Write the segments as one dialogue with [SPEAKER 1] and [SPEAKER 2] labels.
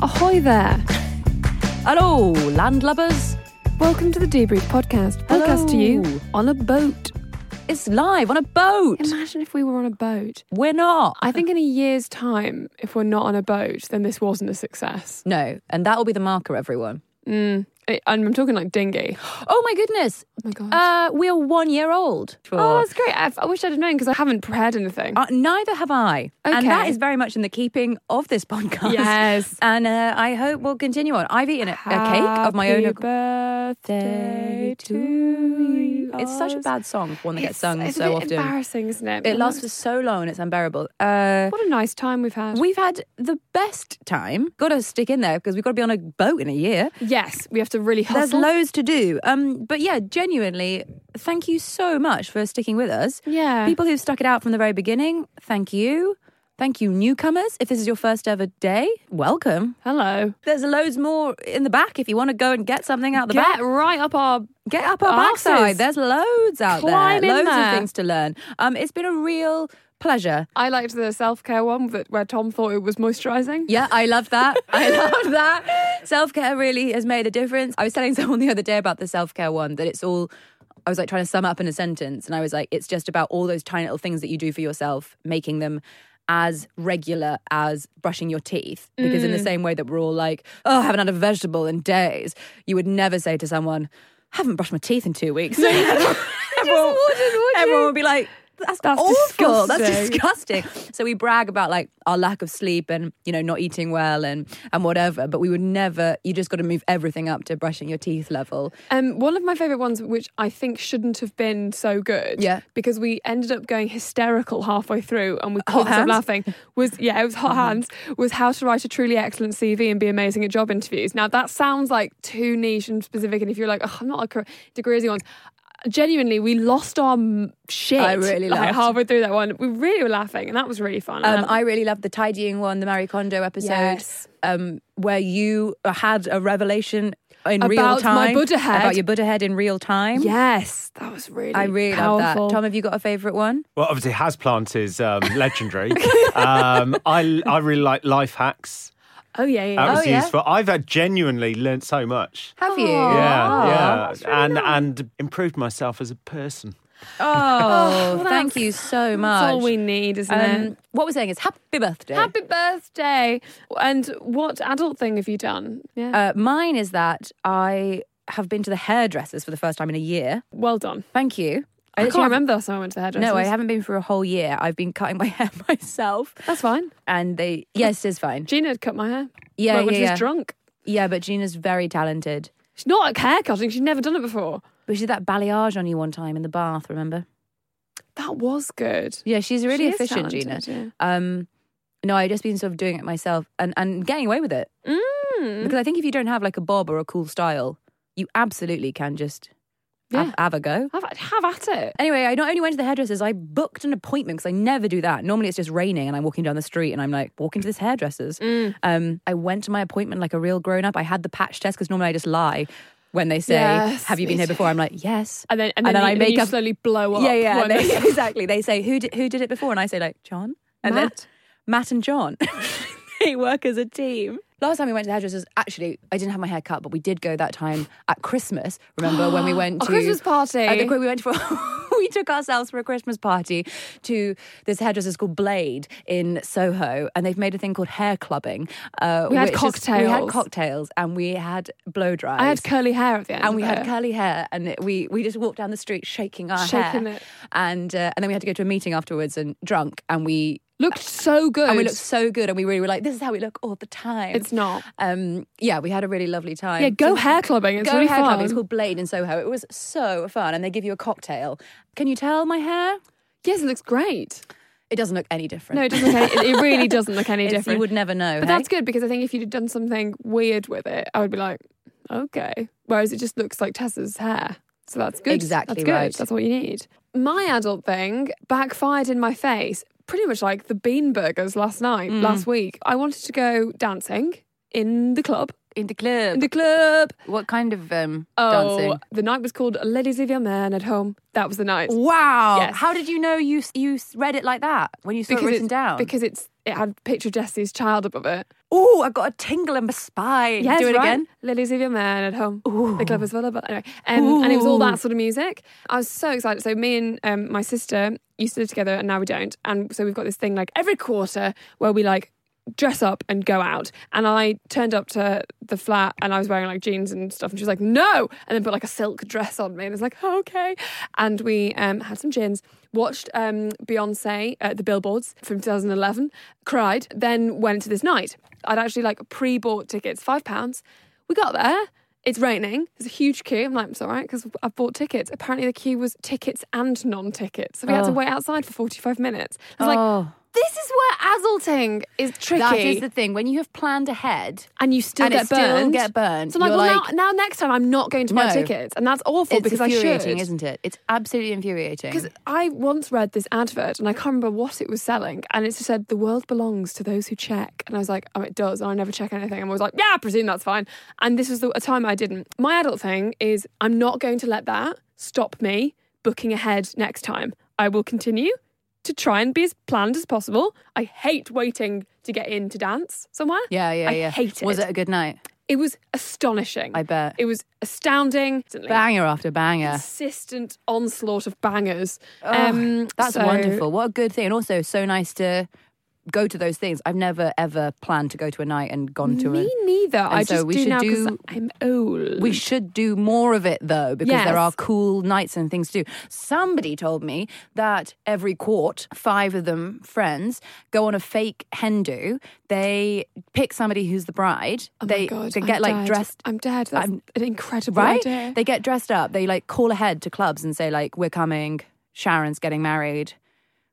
[SPEAKER 1] Ahoy there.
[SPEAKER 2] Hello, landlubbers.
[SPEAKER 1] Welcome to the Debrief Podcast. Podcast to you
[SPEAKER 2] Hello.
[SPEAKER 1] on a boat.
[SPEAKER 2] It's live on a boat.
[SPEAKER 1] Imagine if we were on a boat.
[SPEAKER 2] We're not.
[SPEAKER 1] I think in a year's time, if we're not on a boat, then this wasn't a success.
[SPEAKER 2] No, and that will be the marker, everyone.
[SPEAKER 1] Mm. I- And I'm talking like dinghy.
[SPEAKER 2] Oh my goodness.
[SPEAKER 1] Oh my God.
[SPEAKER 2] Uh, we're one year old.
[SPEAKER 1] oh, that's great. I, I wish I'd have known because I haven't prepared anything.
[SPEAKER 2] Uh, neither have I. And that
[SPEAKER 1] Okay.
[SPEAKER 2] is very much in the keeping of this podcast.
[SPEAKER 1] Yes.
[SPEAKER 2] And uh, I hope we'll continue on. I've eaten a, a cake of my own.
[SPEAKER 1] Happy birthday to you.
[SPEAKER 2] It's such a bad song, one that
[SPEAKER 1] It's-
[SPEAKER 2] gets sung
[SPEAKER 1] it's a
[SPEAKER 2] so
[SPEAKER 1] bit
[SPEAKER 2] often.
[SPEAKER 1] embarrassing, isn't it?
[SPEAKER 2] It lasts for so long and it's unbearable. Uh,
[SPEAKER 1] What a nice time we've had.
[SPEAKER 2] we've had the best time. Got to stick in there because we've got to be on a boat in a year.
[SPEAKER 1] yes, we have to really
[SPEAKER 2] There's
[SPEAKER 1] hustle.
[SPEAKER 2] loads to do. Um, but yeah, genuinely, thank you so much for sticking with us.
[SPEAKER 1] yeah.
[SPEAKER 2] People who've stuck it out from the very beginning, thank you. Thank you, newcomers. If this is your first ever day, welcome.
[SPEAKER 1] Hello.
[SPEAKER 2] There's loads more in the back if you want to go and get something out the
[SPEAKER 1] Get
[SPEAKER 2] back.
[SPEAKER 1] right up our.
[SPEAKER 2] Get up our
[SPEAKER 1] asses.
[SPEAKER 2] backside. There's loads out
[SPEAKER 1] Climb in
[SPEAKER 2] there. Loads
[SPEAKER 1] there.
[SPEAKER 2] of things to learn. Um, it's been a real pleasure.
[SPEAKER 1] I liked the self care one that where Tom thought it was moisturising.
[SPEAKER 2] Yeah, I love that. I love that. Self care really has made a difference. I was telling someone the other day about the self care one that it's all. I was like trying to sum up in a sentence, and I was like, it's just about all those tiny little things that you do for yourself, making them as regular as brushing your teeth. Because in the same way that we're all like, oh, I haven't had a vegetable in days, you would never say to someone, I haven't brushed my teeth in two weeks. everyone, everyone would be like, that's,
[SPEAKER 1] That's
[SPEAKER 2] awful. That's
[SPEAKER 1] disgusting."
[SPEAKER 2] disgusting. So we brag about like our lack of sleep and you know not eating well and and whatever, but we would never. You just got to move everything up to brushing your teeth level.
[SPEAKER 1] Um, one of my favourite ones, which I think shouldn't have been so good,
[SPEAKER 2] Yeah.
[SPEAKER 1] because we ended up going hysterical halfway through and we couldn't
[SPEAKER 2] Hot
[SPEAKER 1] stop
[SPEAKER 2] hands? Uh-huh.
[SPEAKER 1] laughing. Was yeah, it was hot hands. Was how to write a truly excellent CV and be amazing at job interviews. Now that sounds like too niche and specific, and if you're like, oh, I'm not a career degrees ones. Uh, Genuinely, we lost our m- shit.
[SPEAKER 2] I really
[SPEAKER 1] like,
[SPEAKER 2] laughed.
[SPEAKER 1] halfway through that one. We really were laughing, and that was really fun.
[SPEAKER 2] Um,
[SPEAKER 1] And
[SPEAKER 2] I really loved the tidying one, the Marie Kondo episode,
[SPEAKER 1] Yes.
[SPEAKER 2] um, where you had a revelation in real
[SPEAKER 1] About
[SPEAKER 2] time
[SPEAKER 1] my Buddha head.
[SPEAKER 2] about your Buddha head in real time.
[SPEAKER 1] Yes, that was really.
[SPEAKER 2] I really
[SPEAKER 1] powerful.
[SPEAKER 2] love that. Tom, have you got a favorite one?
[SPEAKER 3] Well, obviously, Has Plant is um, legendary. um, I, I really like life hacks.
[SPEAKER 1] Oh yeah, yeah. Oh,
[SPEAKER 3] That
[SPEAKER 1] yeah.
[SPEAKER 3] was
[SPEAKER 2] yeah?
[SPEAKER 3] useful. I've uh, genuinely learnt so much.
[SPEAKER 2] Have you?
[SPEAKER 1] Aw.
[SPEAKER 3] yeah, yeah,
[SPEAKER 2] Aw.
[SPEAKER 3] and and improved myself as a person.
[SPEAKER 2] Oh,
[SPEAKER 1] well,
[SPEAKER 2] thank
[SPEAKER 1] that's-
[SPEAKER 2] you so much.
[SPEAKER 1] That's all we need, isn't it?
[SPEAKER 2] um, what we're saying is happy birthday.
[SPEAKER 1] Happy birthday! And what adult thing have you done? Yeah,
[SPEAKER 2] Uh, mine is that I have been to the hairdressers for the first time in a year.
[SPEAKER 1] well done.
[SPEAKER 2] Thank you.
[SPEAKER 1] I,
[SPEAKER 2] literally
[SPEAKER 1] can't
[SPEAKER 2] haven't-
[SPEAKER 1] remember the last time I went to the hairdresser.
[SPEAKER 2] No, I haven't been for a whole year. I've been cutting my hair myself,
[SPEAKER 1] That's fine.
[SPEAKER 2] and they yes, it's fine.
[SPEAKER 1] Gina had cut my hair.
[SPEAKER 2] Yeah,
[SPEAKER 1] well, when
[SPEAKER 2] yeah,
[SPEAKER 1] she was
[SPEAKER 2] yeah.
[SPEAKER 1] drunk.
[SPEAKER 2] Yeah, but Gina's very talented.
[SPEAKER 1] She's not a hair cutting. She'd never done it before.
[SPEAKER 2] But she did that balayage on you one time in the bath. Remember?
[SPEAKER 1] That was good.
[SPEAKER 2] Yeah, she's really
[SPEAKER 1] She is
[SPEAKER 2] efficient, Gina.
[SPEAKER 1] talented, yeah.
[SPEAKER 2] Um, no, I've just been sort of doing it myself and and getting away with it
[SPEAKER 1] Mm.
[SPEAKER 2] because I think if you don't have like a bob or a cool style, you absolutely can just
[SPEAKER 1] Yeah.
[SPEAKER 2] have, have a go.
[SPEAKER 1] Have, at- have at it.
[SPEAKER 2] Anyway, I not only went to the hairdressers, I booked an appointment because I never do that. Normally, it's just raining and I'm walking down the street and I'm like, walking to this hairdresser's.
[SPEAKER 1] Mm.
[SPEAKER 2] Um, I went to my appointment like a real grown up. I had the patch test because normally I just lie when they say,
[SPEAKER 1] Yes,
[SPEAKER 2] "Have you
[SPEAKER 1] me
[SPEAKER 2] been here
[SPEAKER 1] too.
[SPEAKER 2] before?" I'm like, "Yes,"
[SPEAKER 1] And then, and then, you,
[SPEAKER 2] I
[SPEAKER 1] and then
[SPEAKER 2] make
[SPEAKER 1] you
[SPEAKER 2] up.
[SPEAKER 1] slowly blow up.
[SPEAKER 2] yeah, yeah,
[SPEAKER 1] when
[SPEAKER 2] they-
[SPEAKER 1] they-
[SPEAKER 2] exactly. They say, "Who did, who did it before?" And I say, "Like John," and
[SPEAKER 1] Matt.
[SPEAKER 2] then Matt and John. they work as a team. Last time we went to the hairdressers, actually, I didn't have my hair cut, but we did go that time at Christmas. Remember when we went
[SPEAKER 1] A
[SPEAKER 2] to
[SPEAKER 1] Christmas party.
[SPEAKER 2] Uh, the Christmas we went for we took ourselves for a Christmas party to this hairdresser's called Blade in Soho, and they've made a thing called hair clubbing. Uh,
[SPEAKER 1] We had
[SPEAKER 2] which is- we had
[SPEAKER 1] cocktails.
[SPEAKER 2] cocktails, and we had blow dries.
[SPEAKER 1] I had curly hair at the end.
[SPEAKER 2] and we
[SPEAKER 1] of
[SPEAKER 2] had
[SPEAKER 1] it.
[SPEAKER 2] curly hair, and it- we, we just walked down the street shaking our
[SPEAKER 1] Shaking
[SPEAKER 2] hair,
[SPEAKER 1] it.
[SPEAKER 2] and uh, and then we had to go to a meeting afterwards and drunk, and we
[SPEAKER 1] Looked so good.
[SPEAKER 2] and we looked so good, and we really were like, this is how we look all the time.
[SPEAKER 1] Oh, It's not.
[SPEAKER 2] Um, yeah, we had a really lovely time.
[SPEAKER 1] Yeah, go
[SPEAKER 2] So-
[SPEAKER 1] hair clubbing. It's
[SPEAKER 2] Go
[SPEAKER 1] really
[SPEAKER 2] hair
[SPEAKER 1] fun.
[SPEAKER 2] club. It's called Blade in Soho. It was so fun, and they give you a cocktail. Can you tell my hair?
[SPEAKER 1] Yes, it looks great.
[SPEAKER 2] It doesn't look any different.
[SPEAKER 1] No, it doesn't. Look any, it really doesn't look any
[SPEAKER 2] It's-
[SPEAKER 1] different.
[SPEAKER 2] You would never know.
[SPEAKER 1] but that's good because I think if you'd have done something weird with it, I would be like, okay. Whereas it just looks like Tessa's hair, so that's good.
[SPEAKER 2] Exactly
[SPEAKER 1] that's good.
[SPEAKER 2] right.
[SPEAKER 1] That's what you need. My adult thing backfired in my face, pretty much like the bean burgers last night,
[SPEAKER 2] Mm.
[SPEAKER 1] last week. I wanted to go dancing in the club.
[SPEAKER 2] in the club.
[SPEAKER 1] In the club.
[SPEAKER 2] what kind of um,
[SPEAKER 1] Oh,
[SPEAKER 2] dancing?
[SPEAKER 1] the night was called "Ladies Leave Your Man at Home." That was the night.
[SPEAKER 2] Wow!
[SPEAKER 1] Yes.
[SPEAKER 2] How did you know you you read it like that when you saw it
[SPEAKER 1] it's
[SPEAKER 2] written down?
[SPEAKER 1] Because it's it had a picture of Jesse's child above it.
[SPEAKER 2] Oh, I got a tingle in my spine.
[SPEAKER 1] Yes,
[SPEAKER 2] Do it
[SPEAKER 1] right.
[SPEAKER 2] again.
[SPEAKER 1] Lily's with your man at home. The club is full of anyway, um, and it was all that sort of music. I was so excited. So me and um, my sister used to live together, and now we don't. And so we've got this thing like every quarter where we like dress up and go out. And I turned up to the flat, and I was wearing like jeans and stuff, and she was like, "No!" And then put like a silk dress on me, and I was like, oh, "Okay." And we um, had some gins. Watched um, Beyonce at the Billboards from 2011, cried, then went to this night. I'd actually like pre bought tickets, five pounds. We got there. It's raining. There's a huge queue. I'm like, it's all right because I've bought tickets. Apparently, the queue was tickets and non-tickets, so we had to
[SPEAKER 2] Oh.
[SPEAKER 1] wait outside for 45 minutes. I was like,
[SPEAKER 2] Oh.
[SPEAKER 1] this is where adulting is tricky,
[SPEAKER 2] That is the thing. When you have planned ahead
[SPEAKER 1] and you still
[SPEAKER 2] and
[SPEAKER 1] get
[SPEAKER 2] it
[SPEAKER 1] burned.
[SPEAKER 2] still get burned,
[SPEAKER 1] So I'm like,
[SPEAKER 2] you're
[SPEAKER 1] well,
[SPEAKER 2] like-
[SPEAKER 1] now, now next time I'm not going to buy
[SPEAKER 2] No.
[SPEAKER 1] tickets, and that's awful
[SPEAKER 2] it's
[SPEAKER 1] because I should.
[SPEAKER 2] infuriating, isn't it? It's absolutely infuriating.
[SPEAKER 1] Because I once read this advert and I can't remember what it was selling, and it just said the world belongs to those who check, and I was like, oh, it does, and I never check anything. I'm always like, yeah, I presume that's fine. And this was the, a time I didn't. My adult thing is I'm not going to let that stop me booking ahead next time. I will continue to try and be as planned as possible. I hate waiting to get in to dance somewhere.
[SPEAKER 2] yeah, yeah,
[SPEAKER 1] I
[SPEAKER 2] yeah.
[SPEAKER 1] hate it.
[SPEAKER 2] Was it a good night?
[SPEAKER 1] It was astonishing.
[SPEAKER 2] I bet.
[SPEAKER 1] It was astounding.
[SPEAKER 2] banger after banger.
[SPEAKER 1] Consistent onslaught of bangers.
[SPEAKER 2] Um, that's
[SPEAKER 1] so-
[SPEAKER 2] wonderful. What a good thing. And also, so nice to go to those things. I've never ever planned to go to a night and gone to
[SPEAKER 1] Me
[SPEAKER 2] a.
[SPEAKER 1] neither. I
[SPEAKER 2] so
[SPEAKER 1] just
[SPEAKER 2] we
[SPEAKER 1] do
[SPEAKER 2] should
[SPEAKER 1] now because
[SPEAKER 2] do-
[SPEAKER 1] I'm old.
[SPEAKER 2] We should do more of it though, because
[SPEAKER 1] Yes.
[SPEAKER 2] there are cool nights and things to do. Somebody told me that every quart, five of them friends go on a fake hen do. They pick somebody who's the bride.
[SPEAKER 1] Oh my
[SPEAKER 2] they
[SPEAKER 1] God,
[SPEAKER 2] they
[SPEAKER 1] I'm
[SPEAKER 2] get like
[SPEAKER 1] dead.
[SPEAKER 2] dressed
[SPEAKER 1] I'm dead. That's
[SPEAKER 2] I'm-
[SPEAKER 1] an incredible
[SPEAKER 2] right?
[SPEAKER 1] idea.
[SPEAKER 2] They get dressed up. They like call ahead to clubs and say like, "We're coming. Sharon's getting married.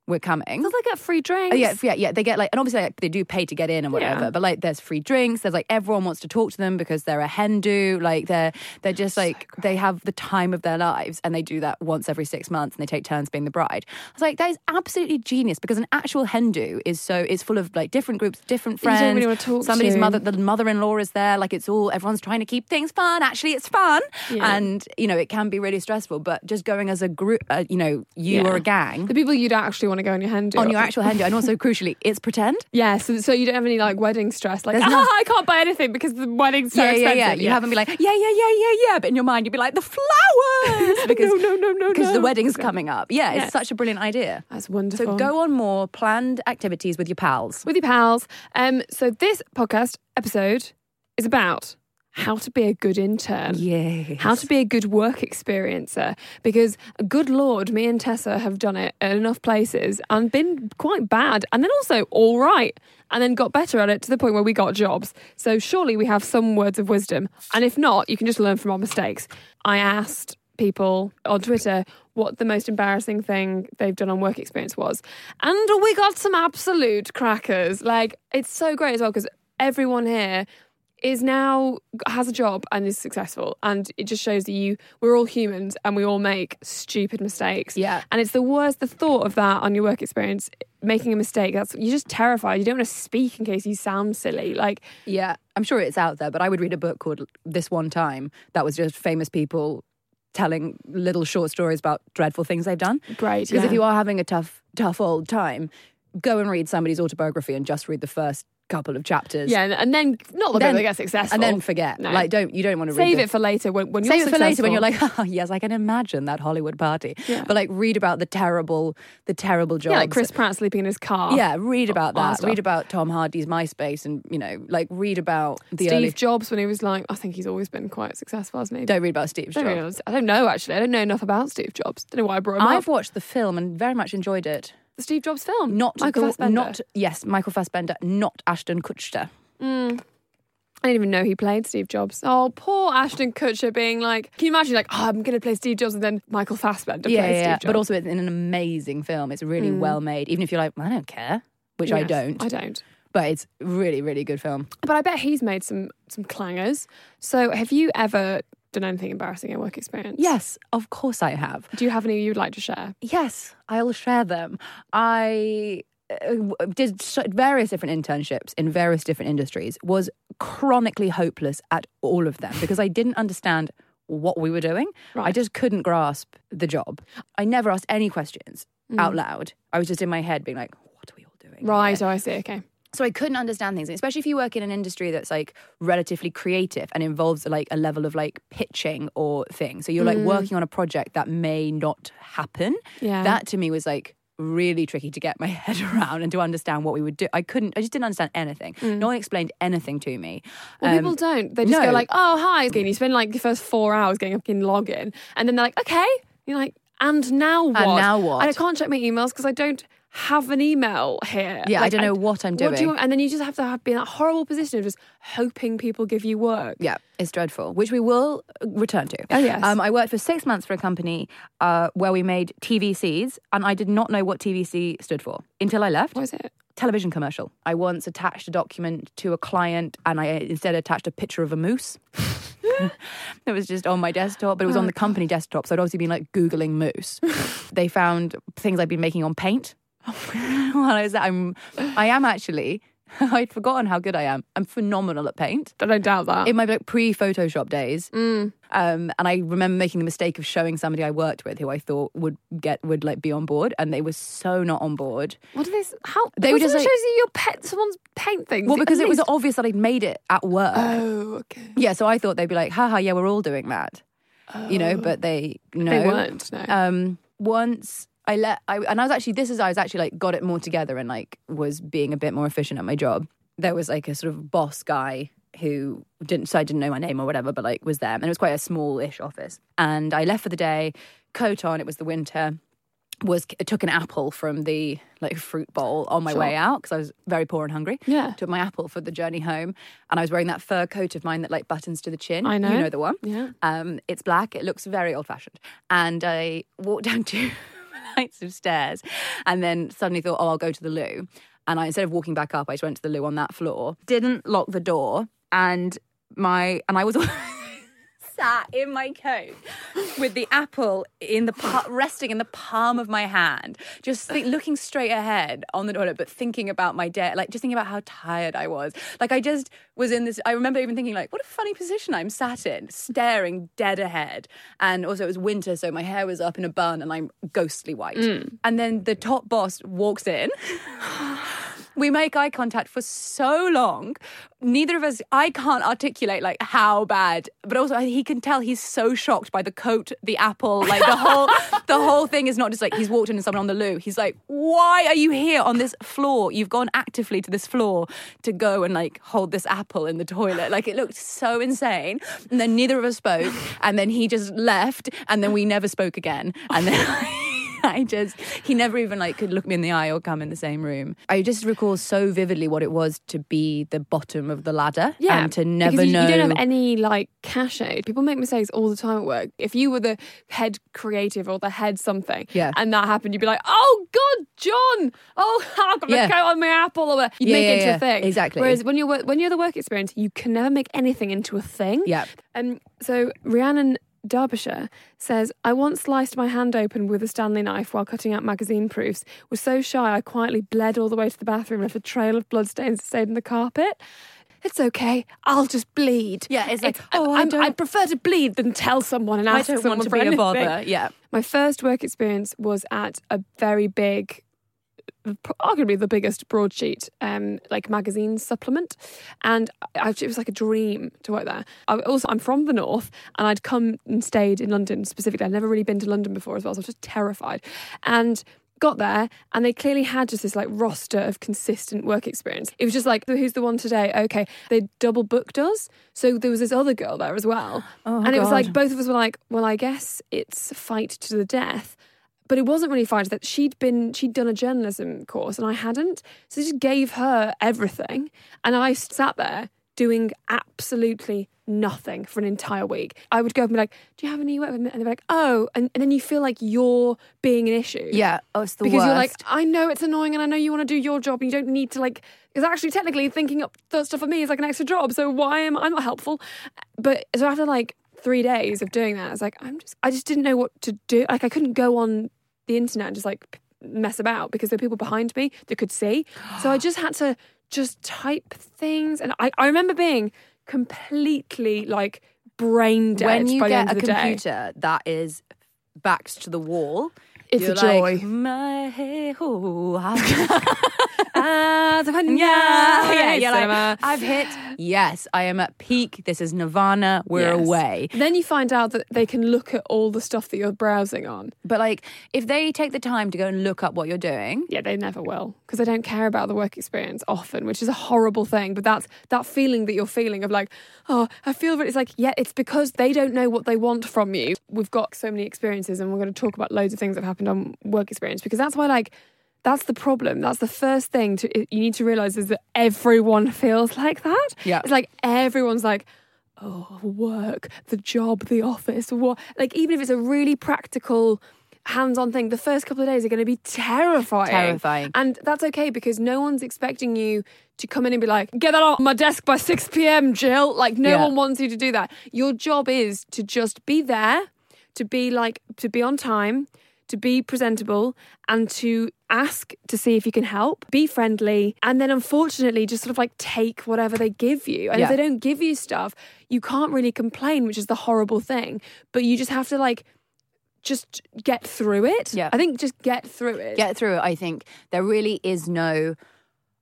[SPEAKER 2] We're coming."
[SPEAKER 1] Because they get free drinks.
[SPEAKER 2] Oh, yeah, yeah, yeah. They get like, and obviously like, they do pay to get in and whatever.
[SPEAKER 1] Yeah.
[SPEAKER 2] But like, there's free drinks. There's like everyone wants to talk to them because they're a Hindu. Like they're they're just like they have the time of their lives, and they do that once every six months, and they take turns being the bride. I was like, that is absolutely genius because an actual Hindu is so it's full of like different groups, different
[SPEAKER 1] You
[SPEAKER 2] friends.
[SPEAKER 1] don't really wanna talk
[SPEAKER 2] Somebody's
[SPEAKER 1] to.
[SPEAKER 2] mother, the mother-in-law is there. Like it's all everyone's trying to keep things fun. Actually, it's fun,
[SPEAKER 1] Yeah.
[SPEAKER 2] and you know it can be really stressful. But just going as a group, uh, you know, you
[SPEAKER 1] Yeah.
[SPEAKER 2] or a gang.
[SPEAKER 1] The people you don't actually want to go on your hand do.
[SPEAKER 2] on your actual Hindu, and also crucially, it's pretend.
[SPEAKER 1] Yeah, so, so you don't have any like wedding stress. Like,
[SPEAKER 2] There's
[SPEAKER 1] ah,
[SPEAKER 2] no-
[SPEAKER 1] I can't buy anything because the wedding's so
[SPEAKER 2] yeah, yeah,
[SPEAKER 1] expensive.
[SPEAKER 2] yeah. You haven't been like, yeah, yeah, yeah, yeah, yeah. But in your mind, you'd be like, the flowers. Because,
[SPEAKER 1] No, no, no, no,
[SPEAKER 2] Because the
[SPEAKER 1] no.
[SPEAKER 2] wedding's coming up. Yeah,
[SPEAKER 1] Yes.
[SPEAKER 2] it's such a brilliant idea.
[SPEAKER 1] That's
[SPEAKER 2] So
[SPEAKER 1] wonderful.
[SPEAKER 2] go on more planned activities with your pals.
[SPEAKER 1] with your pals. Um, so this podcast episode is about how to be a good intern.
[SPEAKER 2] Yes.
[SPEAKER 1] How to be a good work experiencer because, good lord, me and Tessa have done it at enough places and been quite bad and then also all right and then got better at it to the point where we got jobs. So, surely we have some words of wisdom. And if not, you can just learn from our mistakes. I asked people on Twitter what the most embarrassing thing they've done on work experience was. And we got some absolute crackers. Like, it's so great as well because everyone here is now has a job and is successful and it just shows that you we're all humans and we all make stupid mistakes
[SPEAKER 2] Yeah.
[SPEAKER 1] and it's the worst the thought of that on your work experience making a mistake that's you're just terrified you don't want to speak in case you sound silly like
[SPEAKER 2] Yeah, I'm sure it's out there, but I would read a book called This One Time that was just famous people telling little short stories about dreadful things they've done.
[SPEAKER 1] great
[SPEAKER 2] Because
[SPEAKER 1] yeah.
[SPEAKER 2] if you are having a tough, tough old time, go and read somebody's autobiography and just read the first couple of chapters.
[SPEAKER 1] yeah and- and then not the bit
[SPEAKER 2] Then-
[SPEAKER 1] that gets successful
[SPEAKER 2] And then forget.
[SPEAKER 1] No.
[SPEAKER 2] Like don't you don't want to read
[SPEAKER 1] save
[SPEAKER 2] the-
[SPEAKER 1] it for later when, when
[SPEAKER 2] Save
[SPEAKER 1] you're
[SPEAKER 2] it for later when you're
[SPEAKER 1] successful.
[SPEAKER 2] like, oh, yes, I can imagine that Hollywood party.
[SPEAKER 1] Yeah.
[SPEAKER 2] But like, read about the terrible, the terrible jobs.
[SPEAKER 1] yeah like Chris Pratt sleeping in his car
[SPEAKER 2] Yeah, read about
[SPEAKER 1] all that
[SPEAKER 2] that.
[SPEAKER 1] stuff.
[SPEAKER 2] Read about Tom Hardy's MySpace, and you know, like, read about the
[SPEAKER 1] Steve
[SPEAKER 2] early.
[SPEAKER 1] Jobs when he was like I think he's always been quite successful hasn't he
[SPEAKER 2] Don't read about Steve's
[SPEAKER 1] I don't,
[SPEAKER 2] job.
[SPEAKER 1] know, I don't know actually I don't know enough about Steve Jobs don't know why I brought him
[SPEAKER 2] I've
[SPEAKER 1] up
[SPEAKER 2] watched the film and very much enjoyed it.
[SPEAKER 1] the Steve Jobs film
[SPEAKER 2] Not
[SPEAKER 1] Michael
[SPEAKER 2] the-
[SPEAKER 1] Fassbender
[SPEAKER 2] not yes, Michael Fassbender, not Ashton Kutcher.
[SPEAKER 1] I didn't even know he played Steve Jobs. Oh, poor Ashton Kutcher being like, can you imagine, like, oh, I'm going to play Steve Jobs and then Michael Fassbender plays Steve Jobs. Mm.
[SPEAKER 2] but also it's in an amazing film. It's really well made, even if you're like, I don't care, which I
[SPEAKER 1] Yes,
[SPEAKER 2] don't.
[SPEAKER 1] I don't.
[SPEAKER 2] but it's really, really good film.
[SPEAKER 1] But I bet he's made some some clangers. So have you ever done anything embarrassing in work experience?
[SPEAKER 2] Yes, of course I have.
[SPEAKER 1] Do you have any you'd like to share?
[SPEAKER 2] Yes, I'll share them. I uh, w- did s- various different internships in various different industries. Was chronically hopeless at all of them because I didn't understand what we were doing. I
[SPEAKER 1] Right.
[SPEAKER 2] just couldn't grasp the job. I never asked any questions out loud. I was just in my head being like, "What are we all doing?" doing.
[SPEAKER 1] Mm. Right. Oh, I see. Okay.
[SPEAKER 2] So I couldn't understand things, and especially if you work in an industry that's like relatively creative and involves like a level of like pitching or thing. So you're like working on a project that may not happen.
[SPEAKER 1] Yeah.
[SPEAKER 2] That to me was like really tricky to get my head around and to understand what we would do. I couldn't. I just didn't understand anything. No one explained anything to me.
[SPEAKER 1] Well,
[SPEAKER 2] Um,
[SPEAKER 1] people don't. They just
[SPEAKER 2] no.
[SPEAKER 1] go like, "Oh, hi." And you spend like the first four hours getting a fucking login, and then they're like, "Okay." You're like, "And now what?"
[SPEAKER 2] now what?
[SPEAKER 1] And I can't check my emails because I don't have an email here.
[SPEAKER 2] Yeah, I
[SPEAKER 1] Like,
[SPEAKER 2] don't know what I'm
[SPEAKER 1] What do
[SPEAKER 2] doing.
[SPEAKER 1] you want? And then you just have to have, be in that horrible position of just hoping people give you work.
[SPEAKER 2] Yeah, it's dreadful, which we will uh, return to.
[SPEAKER 1] Oh, yes.
[SPEAKER 2] Um, I worked for six months for a company uh, where we made TVCs, and I did not know what TVC stood for until I left.
[SPEAKER 1] What is it?
[SPEAKER 2] Television commercial. I once attached a document to a client, and I uh, instead attached a picture of a moose. it was just on my desktop, but it was on the company desktop, so I'd obviously been like Googling moose. they found things I'd been making on paint. While I was there, I'm, I am actually, I'd forgotten how good I am. I'm phenomenal at paint
[SPEAKER 1] I don't doubt that.
[SPEAKER 2] in my like, pre-Photoshop days, um, and I remember making the mistake of showing somebody I worked with who I thought would get would like be on board, and they were so not on board.
[SPEAKER 1] what do they? s- How
[SPEAKER 2] They
[SPEAKER 1] what
[SPEAKER 2] were just
[SPEAKER 1] sort of
[SPEAKER 2] like-
[SPEAKER 1] shows you your pet someone's paint things.
[SPEAKER 2] Well,
[SPEAKER 1] At
[SPEAKER 2] because it was
[SPEAKER 1] least-
[SPEAKER 2] obvious that I'd made it at work.
[SPEAKER 1] Oh, okay.
[SPEAKER 2] yeah, so I thought they'd be like, "Haha, yeah, we're all doing that," you know. But they no,
[SPEAKER 1] Oh. They weren't. No.
[SPEAKER 2] um, once I let, I, and I was actually, this is, I was actually like got it more together and like was being a bit more efficient at my job. There was like a sort of boss guy who didn't, so I didn't know my name or whatever, but like was there. And it was quite a small ish office. And I left for the day, coat on, it was the winter. Was took an apple from the like fruit bowl on my
[SPEAKER 1] Sure.
[SPEAKER 2] way out because I was very poor and hungry.
[SPEAKER 1] Yeah.
[SPEAKER 2] took my apple for the journey home, and I was wearing that fur coat of mine that like buttons to the chin.
[SPEAKER 1] I know.
[SPEAKER 2] you know the one.
[SPEAKER 1] yeah.
[SPEAKER 2] Um, it's black. It looks very old fashioned. And I walked down two flights of stairs and then suddenly thought, oh, I'll go to the loo. And I, instead of walking back up, I just went to the loo on that floor, didn't lock the door. And my, and I was sat in my coat with the apple in the pa- resting in the palm of my hand, just think, looking straight ahead on the toilet, but thinking about my day, like just thinking about how tired I was. Like I just was in this. I remember even thinking like, what a funny position I'm sat in, staring dead ahead. And also it was winter, so my hair was up in a bun, and I'm ghostly white. And then the top boss walks in. We make eye contact for so long. Neither of us, I can't articulate like how bad, but also he can tell he's so shocked by the coat, the apple, like the whole, the whole thing is not just like he's walked in and someone on the loo. He's like, why are you here on this floor? You've gone actively to this floor to go and like hold this apple in the toilet. Like it looked so insane. And then neither of us spoke. And then he just left. And then we never spoke again. And then. I just he never even like could look me in the eye or come in the same room. I just recall so vividly what it was to be the bottom of the ladder
[SPEAKER 1] Yeah,
[SPEAKER 2] and to
[SPEAKER 1] because
[SPEAKER 2] never
[SPEAKER 1] you,
[SPEAKER 2] know.
[SPEAKER 1] You don't have any like cachet. People make mistakes all the time at work. If you were the head creative or the head something,
[SPEAKER 2] Yeah.
[SPEAKER 1] and that happened, you'd be like, "Oh God, John! Oh, I've got
[SPEAKER 2] Yeah.
[SPEAKER 1] my coat on my apple." Or whatever. you'd
[SPEAKER 2] Yeah,
[SPEAKER 1] make
[SPEAKER 2] yeah,
[SPEAKER 1] it into
[SPEAKER 2] yeah.
[SPEAKER 1] a thing.
[SPEAKER 2] Exactly.
[SPEAKER 1] Whereas when you're wo- when you're the work experience, you can never make anything into a thing.
[SPEAKER 2] yeah,
[SPEAKER 1] Um, so Rhiannon Derbyshire says, I once sliced my hand open with a Stanley knife while cutting out magazine proofs. Was so shy I quietly bled all the way to the bathroom and left a trail of bloodstains that stayed in the carpet. It's okay. I'll just bleed.
[SPEAKER 2] Yeah, it's like, oh, I
[SPEAKER 1] I'm-
[SPEAKER 2] don't-
[SPEAKER 1] I prefer to bleed than tell someone and
[SPEAKER 2] I
[SPEAKER 1] ask
[SPEAKER 2] don't
[SPEAKER 1] someone
[SPEAKER 2] want to
[SPEAKER 1] for
[SPEAKER 2] be a
[SPEAKER 1] anything.
[SPEAKER 2] bother. Yeah,
[SPEAKER 1] My first work experience was at a very big, arguably the biggest broadsheet, um, like magazine supplement, and I, it was like a dream to work there. I, also, I'm from the north, and I'd come and stayed in London specifically. I'd never really been to London before as well, so I was just terrified, and. Got there and they clearly had just this like roster of consistent work experience. It was just like, who's the one today? Okay. They double booked us. So there was this other girl there as well.
[SPEAKER 2] Oh,
[SPEAKER 1] and it was
[SPEAKER 2] God.
[SPEAKER 1] like both of us were like, well, I guess it's fight to the death. But it wasn't really fight that she'd been she'd done a journalism course and I hadn't. So they just gave her everything. And I sat there doing absolutely nothing for an entire week. I would go and be like, Do you have any work? And they'd be like, Oh, and, and then you feel like you're being an issue.
[SPEAKER 2] yeah. Oh, it's the
[SPEAKER 1] Because
[SPEAKER 2] worst.
[SPEAKER 1] you're like, I know it's annoying and I know you want to do your job and you don't need to like because actually technically thinking up th- stuff for me is like an extra job. So why am I not helpful? But so after like three days of doing that, I was like, I'm just I just didn't know what to do. Like I couldn't go on the internet and just like p- mess about because there were people behind me that could see. So I just had to just type things and I, I remember being completely like brain dead
[SPEAKER 2] when you
[SPEAKER 1] by the
[SPEAKER 2] get
[SPEAKER 1] end
[SPEAKER 2] a
[SPEAKER 1] of the day.
[SPEAKER 2] computer that is backs to the wall
[SPEAKER 1] It's
[SPEAKER 2] You're
[SPEAKER 1] a joy.
[SPEAKER 2] like, my hey ho.
[SPEAKER 1] yeah,
[SPEAKER 2] yeah, you're
[SPEAKER 1] cinema.
[SPEAKER 2] like, I've hit. Yes, I am at peak. This is Nirvana. We're
[SPEAKER 1] Yes.
[SPEAKER 2] away.
[SPEAKER 1] Then you find out that they can look at all the stuff that you're browsing on.
[SPEAKER 2] But like, if they take the time to go and look up what you're doing,
[SPEAKER 1] Yeah, they never will because they don't care about the work experience often, which is a horrible thing. But that's that feeling that you're feeling of like, oh, I feel that it's like, yeah, it's because they don't know what they want from you. We've got so many experiences, and we're going to talk about loads of things that have happened on work experience because that's why, like, that's the problem. That's the first thing to you need to realize is that everyone feels like that.
[SPEAKER 2] Yeah.
[SPEAKER 1] it's like everyone's like. Oh, work, the job, the office, what? Like, even if it's a really practical, hands on thing, the first couple of days are going to be terrifying.
[SPEAKER 2] Terrifying.
[SPEAKER 1] And that's okay because no one's expecting you to come in and be like, get that on my desk by 6 p.m., Jill. Like, no
[SPEAKER 2] Yeah.
[SPEAKER 1] one wants you to do that. Your job is to just be there, to be like, to be on time, to be presentable, and to ask to see if you can help, be friendly, and then unfortunately just sort of like take whatever they give you. And if
[SPEAKER 2] Yeah.
[SPEAKER 1] they don't give you stuff, you can't really complain, which is the horrible thing. But you just have to like, just get through it.
[SPEAKER 2] Yeah.
[SPEAKER 1] I think just get through it.
[SPEAKER 2] get through it. I think there really is no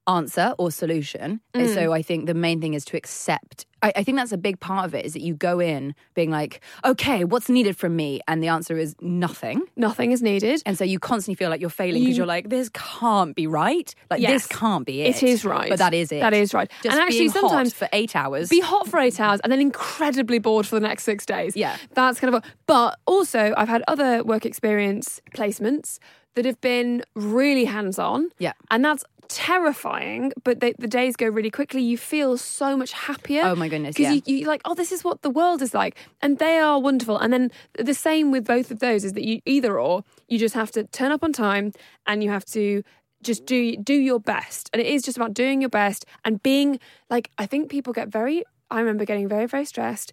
[SPEAKER 2] answer or solution. And So
[SPEAKER 1] Mm.
[SPEAKER 2] I think the main thing is to accept. I, I think that's a big part of it is that you go in being like, okay, what's needed from me? And the answer is nothing.
[SPEAKER 1] Nothing is needed.
[SPEAKER 2] And so you constantly feel like you're failing because
[SPEAKER 1] You-
[SPEAKER 2] you, are like, this can't be right. Like,
[SPEAKER 1] Yes.
[SPEAKER 2] this can't be
[SPEAKER 1] It
[SPEAKER 2] it.
[SPEAKER 1] is right.
[SPEAKER 2] But that is it.
[SPEAKER 1] That is right.
[SPEAKER 2] Just
[SPEAKER 1] and actually,
[SPEAKER 2] being hot
[SPEAKER 1] sometimes
[SPEAKER 2] for eight hours.
[SPEAKER 1] be hot for eight hours and then incredibly bored for the next six days.
[SPEAKER 2] Yeah.
[SPEAKER 1] That's kind of. But also, I've had other work experience placements that have been really hands on.
[SPEAKER 2] Yeah.
[SPEAKER 1] And that's terrifying, but they, the days go really quickly. You feel so much happier.
[SPEAKER 2] Oh my goodness,
[SPEAKER 1] Because
[SPEAKER 2] yeah.
[SPEAKER 1] you, you're like, oh, this is what the world is like. And they are wonderful. And then the same with both of those is that you either or, you just have to turn up on time and you have to just do do your best and it is just about doing your best and being like i think people get very i remember getting very very stressed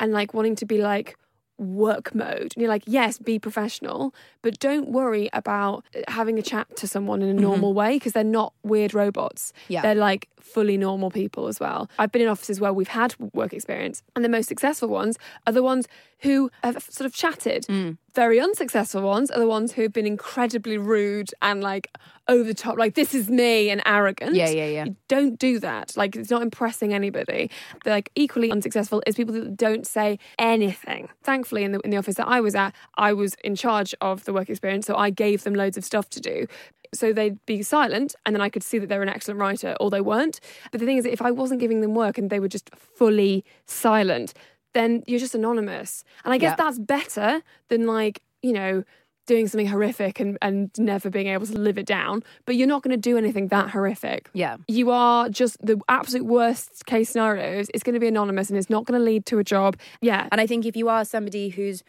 [SPEAKER 1] and like wanting to be like work mode and you're like yes be professional but don't worry about having a chat to someone in a normal way because they're not weird robots
[SPEAKER 2] Yeah.
[SPEAKER 1] they're like fully normal people as well i've been in offices where we've had work experience and the most successful ones are the ones who have sort of chatted
[SPEAKER 2] Hmm.
[SPEAKER 1] very unsuccessful ones are the ones who have been incredibly rude and like over the top like this is me and arrogant
[SPEAKER 2] Yeah, yeah, yeah.
[SPEAKER 1] don't do that. Like it's not impressing anybody. They're like equally unsuccessful is people that don't say anything. Thankfully, in the in the office that I was at, I was in charge of the work experience, so I gave them loads of stuff to do. So they'd be silent, and then I could see that they're an excellent writer, or they weren't. But the thing is, that if I wasn't giving them work and they were just fully silent, then you're just anonymous. And I guess
[SPEAKER 2] Yeah.
[SPEAKER 1] that's better than like you know doing something horrific and, and never being able to live it down. But you're not going to do anything that horrific
[SPEAKER 2] yeah.
[SPEAKER 1] you are just the absolute worst case scenarios. It's going to be anonymous and it's not going to lead to a job. Yeah.
[SPEAKER 2] And I think if you are somebody who's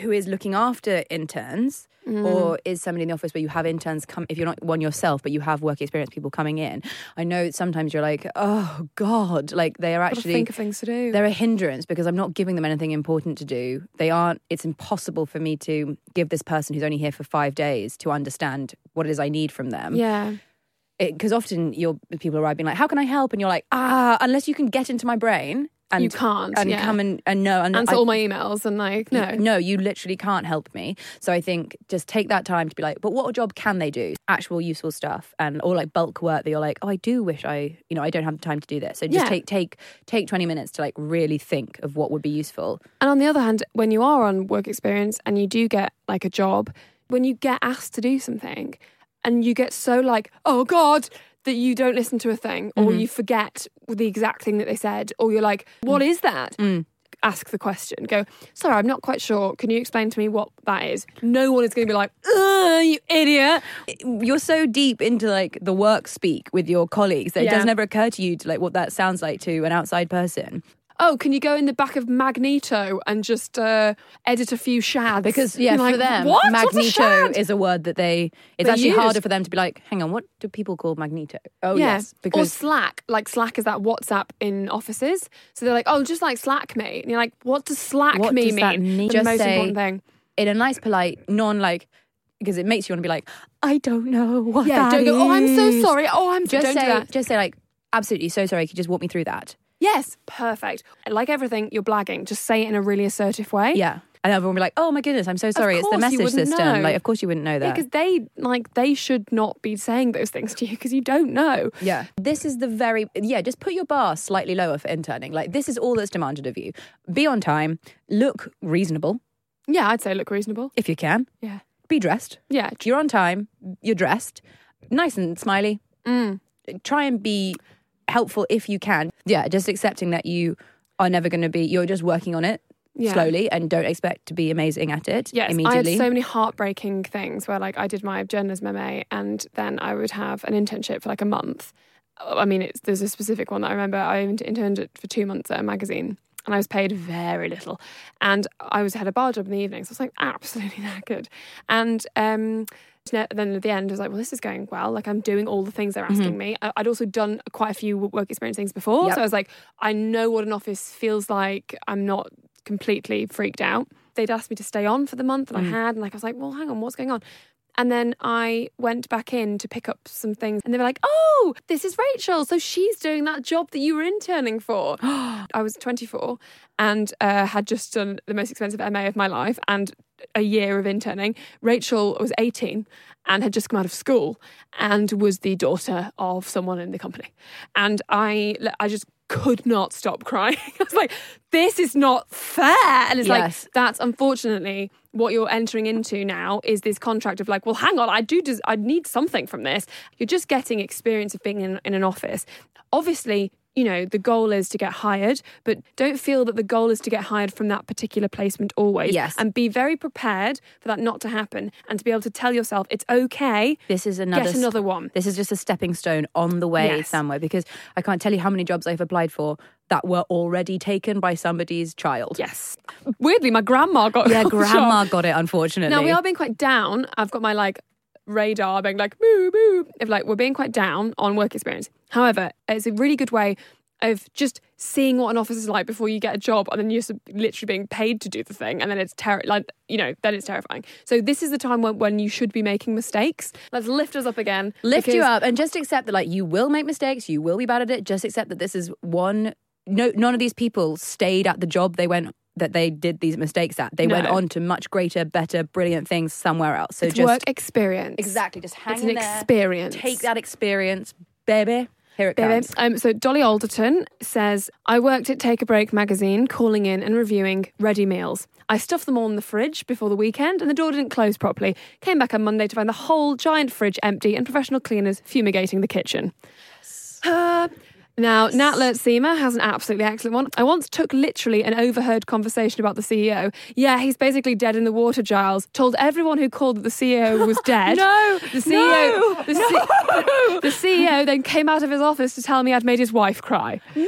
[SPEAKER 2] who is looking after interns
[SPEAKER 1] Mm.
[SPEAKER 2] or is somebody in the office where you have interns come if you're not one yourself but you have work experience people coming in i know sometimes you're like oh god like they are
[SPEAKER 1] Gotta
[SPEAKER 2] actually
[SPEAKER 1] think of things to do.
[SPEAKER 2] they're a hindrance because i'm not giving them anything important to do they aren't it's impossible for me to give this person who's only here for 5 days to understand what it is i need from them
[SPEAKER 1] yeah.
[SPEAKER 2] because often your people arrive being like how can i help and you're like ah unless you can get into my brain and
[SPEAKER 1] You can't,
[SPEAKER 2] and
[SPEAKER 1] yeah.
[SPEAKER 2] come and, and know and
[SPEAKER 1] Answer
[SPEAKER 2] I-
[SPEAKER 1] all my emails and like, no.
[SPEAKER 2] no, you literally can't help me. So I think just take that time to be like, but what job can they do? Actual useful stuff and or like bulk work that you're like, oh, I do wish I, you know, I don't have the time to do this. So just
[SPEAKER 1] Yeah.
[SPEAKER 2] take take take twenty minutes to like really think of what would be useful.
[SPEAKER 1] And on the other hand, when you are on work experience and you do get like a job, when you get asked to do something and you get so like, oh God, that you don't listen to a thing or
[SPEAKER 2] Mm-hmm.
[SPEAKER 1] you forget the exact thing that they said or you're like,
[SPEAKER 2] Mm.
[SPEAKER 1] what is that? Ask the question. Go, sorry, I'm not quite sure. Can you explain to me what that is? No one is going to be like, Ugh, you idiot.
[SPEAKER 2] You're so deep into like the work speak with your colleagues that it
[SPEAKER 1] Yeah.
[SPEAKER 2] does never occur to you to like what that sounds like to an outside person.
[SPEAKER 1] oh, can you go in the back of Magneto and just uh, edit a few shads?
[SPEAKER 2] Because yeah,
[SPEAKER 1] You're like,
[SPEAKER 2] for them,
[SPEAKER 1] what? What's a
[SPEAKER 2] magneto
[SPEAKER 1] shad?
[SPEAKER 2] is a word that they. It's
[SPEAKER 1] They
[SPEAKER 2] actually
[SPEAKER 1] use.
[SPEAKER 2] harder for them to be like, hang on, what do people call magneto? Oh
[SPEAKER 1] Yeah.
[SPEAKER 2] yes, because
[SPEAKER 1] or Slack. Like Slack is that WhatsApp in offices. So they're like, oh, just like Slack me. And you're like, what does Slack
[SPEAKER 2] What
[SPEAKER 1] me
[SPEAKER 2] does that
[SPEAKER 1] mean?
[SPEAKER 2] mean?
[SPEAKER 1] The
[SPEAKER 2] Just
[SPEAKER 1] most
[SPEAKER 2] say-
[SPEAKER 1] important thing.
[SPEAKER 2] in a nice, polite, non like, because it makes you want to be like, I don't know what
[SPEAKER 1] Yeah,
[SPEAKER 2] that
[SPEAKER 1] don't go, oh, I'm so
[SPEAKER 2] is."
[SPEAKER 1] sorry. Oh, I'm
[SPEAKER 2] Just
[SPEAKER 1] don't
[SPEAKER 2] say,
[SPEAKER 1] do that.
[SPEAKER 2] just say like, absolutely so sorry. Could you just walk me through that?
[SPEAKER 1] Yes, perfect. Like everything, you're blagging. Just say it in a really assertive way.
[SPEAKER 2] Yeah. and everyone would be like, "Oh my goodness, I'm so sorry. It's the
[SPEAKER 1] course you
[SPEAKER 2] message
[SPEAKER 1] wouldn't
[SPEAKER 2] system."
[SPEAKER 1] know.
[SPEAKER 2] Like, of course you wouldn't know that.
[SPEAKER 1] because they like they should not be saying those things to you because you don't know.
[SPEAKER 2] Yeah. This is the very, yeah, just put your bar slightly lower for interning. Like, this is all that's demanded of you. Be on time, look reasonable
[SPEAKER 1] Yeah, I'd say look reasonable.
[SPEAKER 2] if you can,
[SPEAKER 1] Yeah,
[SPEAKER 2] be dressed.
[SPEAKER 1] yeah,
[SPEAKER 2] If You're on time, you're dressed, nice and smiley.
[SPEAKER 1] Mm.
[SPEAKER 2] Try and be helpful if you can. Yeah, just accepting that you are never going to be, you're just working on it.
[SPEAKER 1] Yeah.
[SPEAKER 2] Slowly and don't expect to be amazing at it
[SPEAKER 1] Yes, I
[SPEAKER 2] immediately.
[SPEAKER 1] had so many heartbreaking things where, like, I did my journalism MA and then I would have an internship for like a month. Oh, I mean, it's, there's a specific one that I remember. I in- interned for two months at a magazine and I was paid very little. And I was had a bar job in the evenings. I was like absolutely knackered. And um, ne- then at the end, I was like, well, this is going well. Like, I'm doing all the things they're asking me. I- I'd also done quite a few work experience things before.
[SPEAKER 2] Mm-hmm. Yep.
[SPEAKER 1] So I was like, I know what an office feels like. I'm not completely freaked out. They'd asked me to stay on for the month, and I had, and like I was like, well, hang on, what's going on? And then I went back in to pick up some things, and they were like, oh, this is Rachel. So she's doing that job that you were interning for. I was 24 and uh, had just done the most expensive MA of my life and a year of interning. Rachel was 18 and had just come out of school and was the daughter of someone in the company. And I, I just could not stop crying. I was like, this is not fair. And it's
[SPEAKER 2] Yes.
[SPEAKER 1] like, that's unfortunately what you're entering into now is this contract of like, well, hang on, I do, des- I need something from this. You're just getting experience of being in, in an office. Obviously, you know, the goal is to get hired, but don't feel that the goal is to get hired from that particular placement always.
[SPEAKER 2] Yes.
[SPEAKER 1] And be very prepared for that not to happen and to be able to tell yourself it's okay.
[SPEAKER 2] This is another
[SPEAKER 1] Get another one.
[SPEAKER 2] This is just a stepping stone on the way
[SPEAKER 1] Yes.
[SPEAKER 2] somewhere because I can't tell you how many jobs I've applied for that were already taken by somebody's child.
[SPEAKER 1] Yes. Weirdly, my grandma got
[SPEAKER 2] Yeah,
[SPEAKER 1] got the job.
[SPEAKER 2] grandma got it, unfortunately.
[SPEAKER 1] Now we are being quite down. I've got my like radar being like moo moo. If like we're being quite down on work experience. However, it's a really good way of just seeing what an office is like before you get a job, and then you're sub- literally being paid to do the thing, and then it's terri like you know, then it's terrifying. So this is the time when, when you should be making mistakes. Let's lift us up again.
[SPEAKER 2] Lift you
[SPEAKER 1] because-
[SPEAKER 2] up and just accept that, like, you will make mistakes, you will be bad at it. Just accept that this is one. No, none of these people stayed at the job they went that they did these mistakes at. They went
[SPEAKER 1] No.
[SPEAKER 2] on to much greater, better, brilliant things somewhere else. So
[SPEAKER 1] It's
[SPEAKER 2] just
[SPEAKER 1] work experience.
[SPEAKER 2] exactly, just hang
[SPEAKER 1] It's
[SPEAKER 2] in
[SPEAKER 1] an
[SPEAKER 2] there,
[SPEAKER 1] experience.
[SPEAKER 2] Take that experience, baby. Here it
[SPEAKER 1] Babe,
[SPEAKER 2] comes.
[SPEAKER 1] Um, so Dolly Alderton says, I worked at Take a Break magazine, calling in and reviewing ready meals. I stuffed them all in the fridge before the weekend, and the door didn't close properly. Came back on Monday to find the whole giant fridge empty and professional cleaners fumigating the kitchen. Uh, now, Nat Lert Seema has an absolutely excellent one. I once took literally an overheard conversation about the CEO. Yeah, he's basically dead in the water, Giles. Told everyone who called that the CEO was dead.
[SPEAKER 2] No,
[SPEAKER 1] The CEO. the, C- the CEO then came out of his office to tell me I'd made his wife cry.
[SPEAKER 2] No.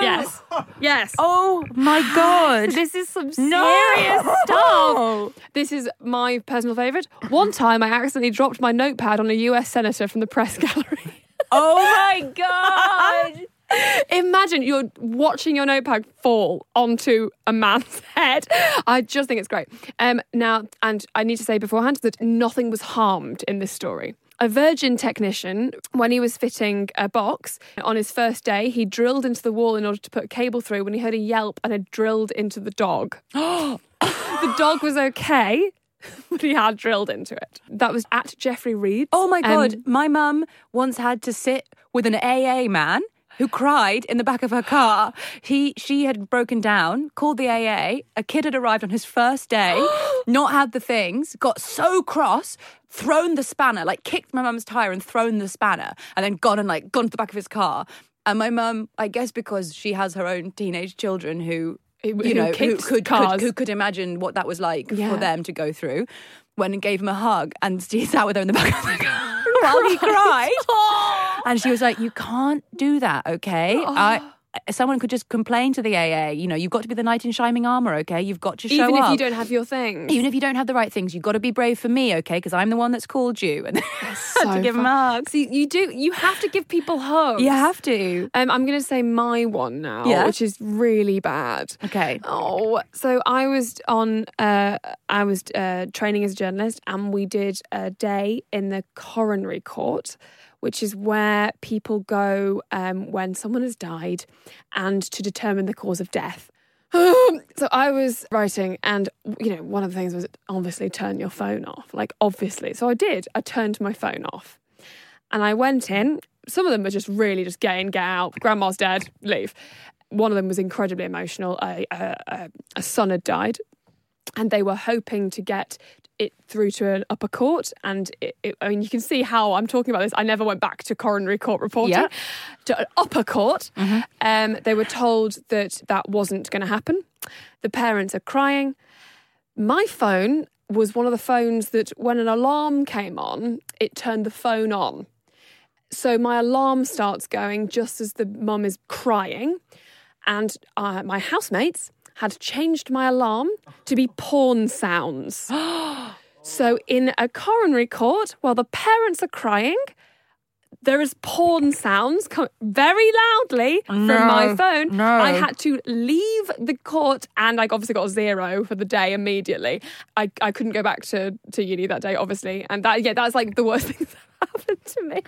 [SPEAKER 1] Yes. Yes.
[SPEAKER 2] Oh my god.
[SPEAKER 1] This is some
[SPEAKER 2] No.
[SPEAKER 1] serious stuff. This is my personal favourite. One time I accidentally dropped my notepad on a US senator from the press gallery.
[SPEAKER 2] Oh my god.
[SPEAKER 1] Imagine you're watching your notepad fall onto a man's head. I just think it's great. Um, now, and I need to say beforehand that nothing was harmed in this story. A Virgin technician, when he was fitting a box on his first day, he drilled into the wall in order to put cable through when he heard a yelp and had drilled into the dog. the dog was okay, but he had drilled into it. That was at Jeffrey Reed's.
[SPEAKER 2] Oh my
[SPEAKER 1] Um,
[SPEAKER 2] god. my mum once had to sit with an AA man who cried in the back of her car. He she had broken down, called the AA. A kid had arrived on his first day, not had the things, got so cross, thrown the spanner, like kicked my mum's tire and thrown the spanner, and then gone and like gone to the back of his car. And my mum, I guess because she has her own teenage children who
[SPEAKER 1] Who-
[SPEAKER 2] you
[SPEAKER 1] who
[SPEAKER 2] know, who
[SPEAKER 1] kicked
[SPEAKER 2] could, could
[SPEAKER 1] cars.
[SPEAKER 2] who could imagine what that was like for
[SPEAKER 1] Yeah.
[SPEAKER 2] them to go through. When and gave him a hug, and she sat with her in the back of the car while he
[SPEAKER 1] Oh.
[SPEAKER 2] cried, and she was like, "You can't do that, okay? I, someone could just complain to the AA. You know, you've got to be the knight in shining armor, okay? You've got to show
[SPEAKER 1] even if
[SPEAKER 2] up.
[SPEAKER 1] you don't have your thing.
[SPEAKER 2] even if you don't have the right things, you've got to be brave for me, okay? Because I'm the one that's called you, and had to
[SPEAKER 1] so
[SPEAKER 2] give him a hug.
[SPEAKER 1] See, you do. You have to give people hugs.
[SPEAKER 2] You have to.
[SPEAKER 1] Um, I'm going to say my one now,
[SPEAKER 2] Yeah.
[SPEAKER 1] which is really bad.
[SPEAKER 2] Okay.
[SPEAKER 1] Oh, so I was on. Uh, I was uh, training as a journalist, and we did a day in the coronary court, which is where people go um, when someone has died, and to determine the cause of death. so I was writing, and you know, one of the things was obviously turn your phone off. Like obviously, so I did. I turned my phone off, and I went in. Some of them were just really just get in, get out. Grandma's dead, leave. One of them was incredibly emotional. A, a, a, a son had died, and they were hoping to get it through to an upper court. And it, it, I mean, you can see how I'm talking about this. I never went back to coronary court reporting
[SPEAKER 2] Yeah.
[SPEAKER 1] to an upper court. Um, they were told that that wasn't going to happen. The parents are crying. My phone was one of the phones that, when an alarm came on, it turned the phone on. So my alarm starts going just as the mum is crying. And uh, my housemates had changed my alarm to be porn sounds. so in a coronary court, while the parents are crying, there is porn sounds com- very loudly
[SPEAKER 2] No,
[SPEAKER 1] from my phone.
[SPEAKER 2] no.
[SPEAKER 1] I had to leave the court and I obviously got a zero for the day immediately. I, I couldn't go back to, to uni that day, obviously. And that yeah, that's like the worst thing that happened to me.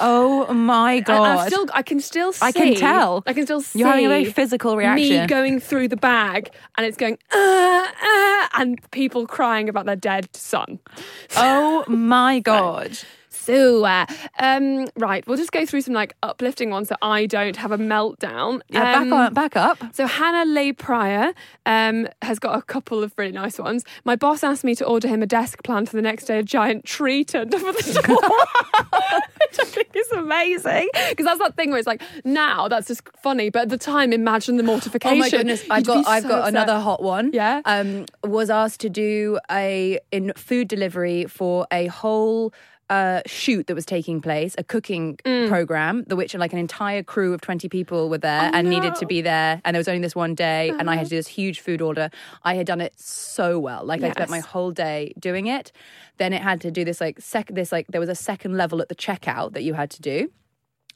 [SPEAKER 2] Oh my
[SPEAKER 1] And
[SPEAKER 2] god!
[SPEAKER 1] I still I can still see
[SPEAKER 2] I can tell.
[SPEAKER 1] I can still see
[SPEAKER 2] You're having a very physical
[SPEAKER 1] me
[SPEAKER 2] reaction.
[SPEAKER 1] going through the bag and it's going uh, uh, and people crying about their dead son.
[SPEAKER 2] oh my god!
[SPEAKER 1] So, uh, um, right, we'll just go through some like uplifting ones so I don't have a meltdown.
[SPEAKER 2] Yeah,
[SPEAKER 1] Um,
[SPEAKER 2] back on, back up.
[SPEAKER 1] So Hannah Leigh Pryor um, has got a couple of really nice ones. My boss asked me to order him a desk plan for the next day. A giant tree turned up at the door, which I think is amazing because that's that thing where it's like now that's just funny, but at the time, imagine the mortification.
[SPEAKER 2] Oh my goodness! I've
[SPEAKER 1] You'd be
[SPEAKER 2] got I've
[SPEAKER 1] so
[SPEAKER 2] got
[SPEAKER 1] upset.
[SPEAKER 2] another hot one.
[SPEAKER 1] Yeah?
[SPEAKER 2] Um, was asked to do a in food delivery for a whole. Uh, shoot that was taking place, a cooking
[SPEAKER 1] Mm.
[SPEAKER 2] program, the which like an entire crew of twenty people were there
[SPEAKER 1] Oh,
[SPEAKER 2] and needed to be there, and there was only this one day, and I
[SPEAKER 1] Uh-huh.
[SPEAKER 2] had to do this huge food order. I had done it so well, like I spent
[SPEAKER 1] Yes.
[SPEAKER 2] my whole day doing it. Then it had to do this like sec this like there was a second level at the checkout that you had to do.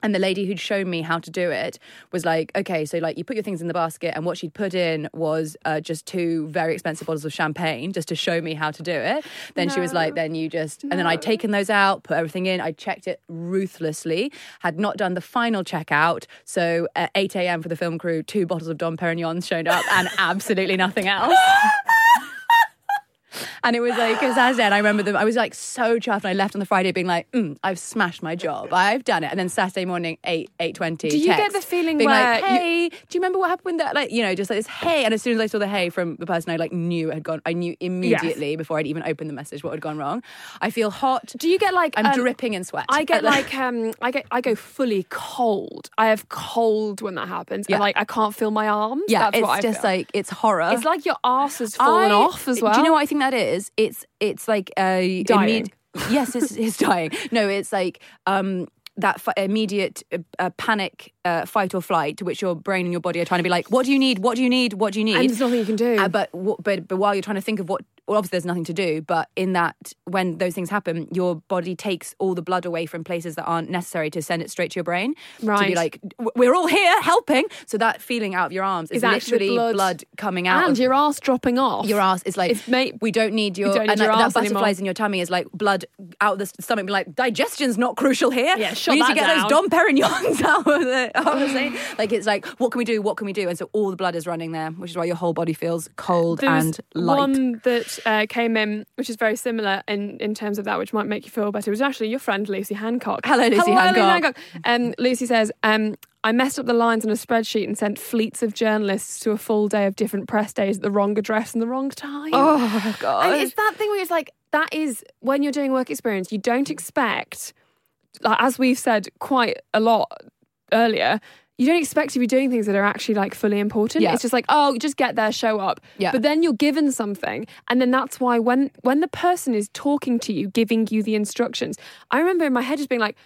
[SPEAKER 2] And the lady who'd shown me how to do it was like, okay, so like you put your things in the basket, and what she'd put in was uh, just two very expensive bottles of champagne just to show me how to do it. Then she was like, then you just, and then I'd taken those out, put everything in, I checked it ruthlessly, had not done the final checkout. So at 8 a.m. for the film crew, two bottles of Dom Perignon showed up and absolutely nothing else. And it was like, because as I said, I remember them, I was like so chuffed. And I left on the Friday being like, mm, I've smashed my job. I've done it. And then Saturday morning, 8, 8.20.
[SPEAKER 1] Do you get the feeling
[SPEAKER 2] being like,
[SPEAKER 1] where you-
[SPEAKER 2] hey, do you remember what happened that, like, you know, just like this, hey. And as soon as I saw the hey from the person I like knew had gone, I knew immediately before I'd even opened the message what had gone wrong. I feel hot.
[SPEAKER 1] Do you get like
[SPEAKER 2] I'm
[SPEAKER 1] um,
[SPEAKER 2] dripping in sweat.
[SPEAKER 1] I get
[SPEAKER 2] And then-
[SPEAKER 1] like um, I get I go fully cold. I have cold when that happens,
[SPEAKER 2] Yeah.
[SPEAKER 1] and like I can't feel my arms.
[SPEAKER 2] yeah,
[SPEAKER 1] That's
[SPEAKER 2] it's
[SPEAKER 1] what I
[SPEAKER 2] just
[SPEAKER 1] feel.
[SPEAKER 2] like, it's horror.
[SPEAKER 1] it's like your arse has fallen
[SPEAKER 2] I-
[SPEAKER 1] off as well.
[SPEAKER 2] Do you know what I think that is? It's it's like a
[SPEAKER 1] Dying.
[SPEAKER 2] imme- yes, it's, it's dying. No, it's like um that fi- immediate uh, uh, panic, uh, fight or flight, to which your brain and your body are trying to be like, what do you need? What do you need? What do you need?
[SPEAKER 1] And there's nothing you can do.
[SPEAKER 2] Uh, but, wha- but but while you're trying to think of what, well, obviously there's nothing to do. But in that, when those things happen, your body takes all the blood away from places that aren't necessary to send it straight to your brain. To be
[SPEAKER 1] Right.
[SPEAKER 2] like, "W- we're all here helping. So that feeling out of your arms is,
[SPEAKER 1] Is actually
[SPEAKER 2] literally blood.
[SPEAKER 1] blood.
[SPEAKER 2] coming out.
[SPEAKER 1] and
[SPEAKER 2] of
[SPEAKER 1] your arse dropping off.
[SPEAKER 2] your ass is like
[SPEAKER 1] It's mate-
[SPEAKER 2] we don't need your
[SPEAKER 1] we don't need
[SPEAKER 2] and
[SPEAKER 1] your
[SPEAKER 2] like, that
[SPEAKER 1] arse
[SPEAKER 2] butterflies
[SPEAKER 1] anymore.
[SPEAKER 2] in your tummy is like blood out of the stomach be like digestion's not crucial here
[SPEAKER 1] Yeah, shut
[SPEAKER 2] we need
[SPEAKER 1] that
[SPEAKER 2] to get those
[SPEAKER 1] down.
[SPEAKER 2] dom perignons out of the out of the thing. like it's like what can we do what can we do and so all the blood is running there which is why your whole body feels cold
[SPEAKER 1] There was
[SPEAKER 2] and light
[SPEAKER 1] one that uh, came in, which is very similar in, in terms of that, which might make you feel better. It was actually your friend Lucy Hancock.
[SPEAKER 2] Hello, Lucy Hancock.
[SPEAKER 1] Um, Lucy says, um, "I messed up the lines on a spreadsheet and sent fleets of journalists to a full day of different press days at the wrong address and the wrong time."
[SPEAKER 2] oh
[SPEAKER 1] And
[SPEAKER 2] god
[SPEAKER 1] it's that thing where it's like, that is when you're doing work experience, you don't expect, like, as we've said quite a lot earlier, you don't expect to be doing things that are actually like fully important.
[SPEAKER 2] Yeah.
[SPEAKER 1] It's just like, oh, just get there, show up.
[SPEAKER 2] Yeah.
[SPEAKER 1] But then you're given something, and then that's why when when the person is talking to you, giving you the instructions, I remember in my head just being like,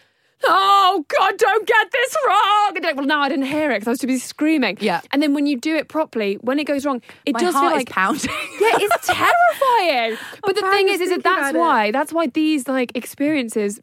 [SPEAKER 1] oh God, don't get this wrong. And like, well, no, I didn't hear it because I was too busy screaming.
[SPEAKER 2] Yeah.
[SPEAKER 1] And then when you do it properly, when it goes wrong, it
[SPEAKER 2] my
[SPEAKER 1] does
[SPEAKER 2] heart
[SPEAKER 1] feel
[SPEAKER 2] is
[SPEAKER 1] like
[SPEAKER 2] pounding
[SPEAKER 1] yeah, it's terrifying. But the
[SPEAKER 2] proud
[SPEAKER 1] thing
[SPEAKER 2] of
[SPEAKER 1] is, is that
[SPEAKER 2] thinking
[SPEAKER 1] that's
[SPEAKER 2] about it.
[SPEAKER 1] why that's why these like experiences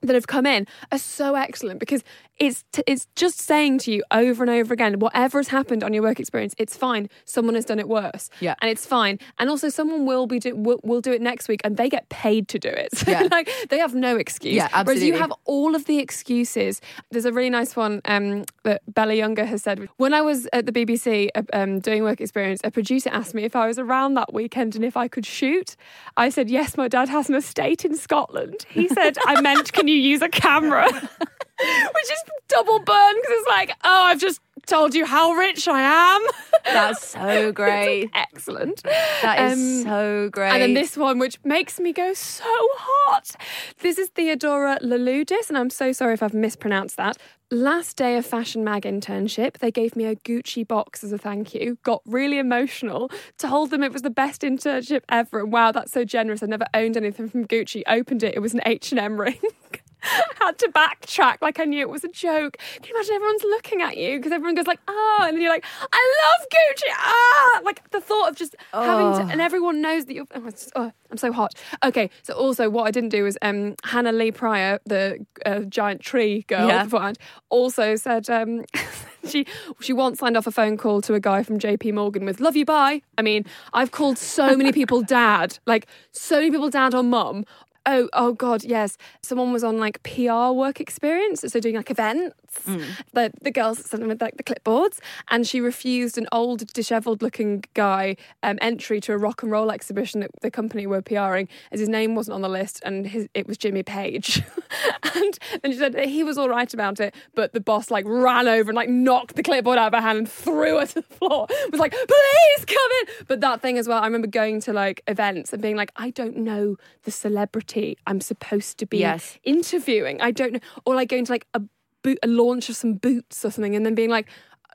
[SPEAKER 1] that have come in are so excellent because it's t- it's just saying to you over and over again, whatever has happened on your work experience, it's fine. Someone has done it worse,
[SPEAKER 2] Yeah.
[SPEAKER 1] and it's fine. And also, someone will be do- will, will do it next week, and they get paid to do it. So,
[SPEAKER 2] Yeah.
[SPEAKER 1] like they have no excuse.
[SPEAKER 2] Yeah,
[SPEAKER 1] Whereas
[SPEAKER 2] absolutely.
[SPEAKER 1] you have all of the excuses. There's a really nice one um, that Bella Younger has said. When I was at the BBC uh, um, doing work experience, a producer asked me if I was around that weekend and if I could shoot. I said, Yes, my dad has an estate in Scotland. He said, I meant, can you use a camera? Which is double burn because it's like, Oh, I've just told you how rich I am.
[SPEAKER 2] That's so great.
[SPEAKER 1] Excellent.
[SPEAKER 2] That is
[SPEAKER 1] Um,
[SPEAKER 2] so great.
[SPEAKER 1] and then this one, which makes me go so hot. This is Theodora Leloudis, and I'm so sorry if I've mispronounced that. Last day of Fashion Mag internship, they gave me a Gucci box as a thank you. Got really emotional. Told them it was the best internship ever. And wow, that's so generous. I never owned anything from Gucci. Opened it, it was an H&M ring. Had to backtrack like I knew it was a joke. Can you imagine everyone's looking at you because everyone goes like, oh, and then you're like, I love Gucci. Ah, like the thought of just having to,
[SPEAKER 2] Oh.
[SPEAKER 1] and everyone knows that you're. Oh, it's just- oh, I'm so hot. Okay, so also what I didn't do was um, Hannah Lee Pryor, the uh, giant tree girl
[SPEAKER 2] Yeah.
[SPEAKER 1] beforehand, also said um, she she once signed off a phone call to a guy from J.P. Morgan with "Love you, bye." I mean, I've called so many people dad, like so many people dad or mum. Oh, oh God, yes. Someone was on like PR work experience, so doing like events. The the girls sent them with like the clipboards, and she refused an old, dishevelled looking guy um, entry to a rock and roll exhibition that the company were PRing, as his name wasn't on the list, and his, it was Jimmy Page. and then she said that he was all right about it, but the boss like ran over and like knocked the clipboard out of her hand and threw her to the floor. Was like, please come in. But that thing as well, I remember going to like events and being like, I don't know the celebrity I'm supposed to be
[SPEAKER 2] Yes.
[SPEAKER 1] interviewing. I don't know, or like going to like a boot, a launch of some boots or something, and then being like,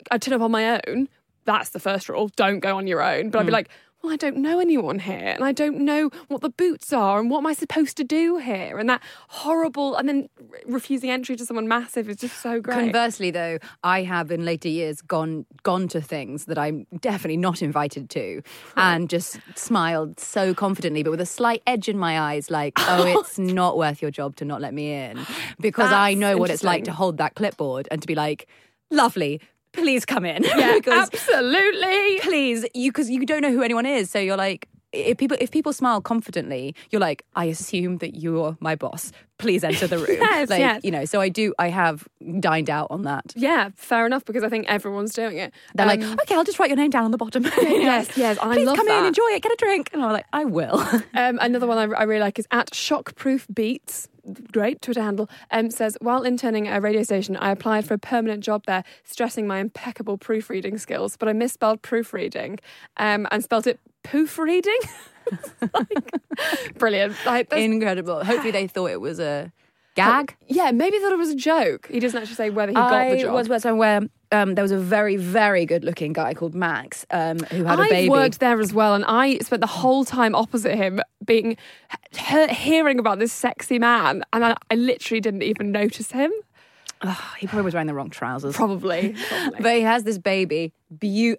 [SPEAKER 1] I turn up on my own. That's the first rule. Don't go on your own.
[SPEAKER 2] Mm.
[SPEAKER 1] But I'd be like, well, I don't know anyone here, and I don't know what the boots are, and what am I supposed to do here? And that horrible, and then re- refusing entry to someone massive is just so great.
[SPEAKER 2] Conversely, though, I have in later years gone gone to things that I'm definitely not invited to, and just smiled so confidently, but with a slight edge in my eyes, like, "Oh, it's not worth your job to not let me in," because I
[SPEAKER 1] That's
[SPEAKER 2] know what it's like to
[SPEAKER 1] interesting.
[SPEAKER 2] hold that clipboard and to be like, "Lovely, please come in,"
[SPEAKER 1] yeah,
[SPEAKER 2] because
[SPEAKER 1] absolutely.
[SPEAKER 2] please, you because you don't know who anyone is, so you're like. If people if people smile confidently, you're like, I assume that you're my boss. Please enter the room.
[SPEAKER 1] Yes,
[SPEAKER 2] like,
[SPEAKER 1] yes.
[SPEAKER 2] you know, so I do I have dined out on that.
[SPEAKER 1] Yeah, fair enough because I think everyone's doing it.
[SPEAKER 2] They're
[SPEAKER 1] Um,
[SPEAKER 2] like, okay, I'll just write your name down on the bottom.
[SPEAKER 1] Yes, yes, and I
[SPEAKER 2] Please
[SPEAKER 1] love
[SPEAKER 2] come in,
[SPEAKER 1] that.
[SPEAKER 2] enjoy it, get a drink. And I'm like, I will.
[SPEAKER 1] Um, another one I, I really like is at Shockproof Beats. Great Twitter handle. Um, says while interning at a radio station, I applied for a permanent job there, stressing my impeccable proofreading skills, but I misspelled proofreading um, and spelled it poofreading. like, brilliant! Like, that's-
[SPEAKER 2] Incredible. Hopefully, they thought it was a gag.
[SPEAKER 1] yeah, maybe thought it was a joke. He doesn't actually say whether he got the
[SPEAKER 2] I
[SPEAKER 1] job.
[SPEAKER 2] was working somewhere. Um, there was a very, very good-looking guy called Max um, who had a
[SPEAKER 1] I
[SPEAKER 2] baby.
[SPEAKER 1] worked there as well, and I spent the whole time opposite him, being he- hearing about this sexy man, and I, I literally didn't even notice him.
[SPEAKER 2] He probably was wearing the wrong trousers.
[SPEAKER 1] Probably,
[SPEAKER 2] But he has this baby, beau-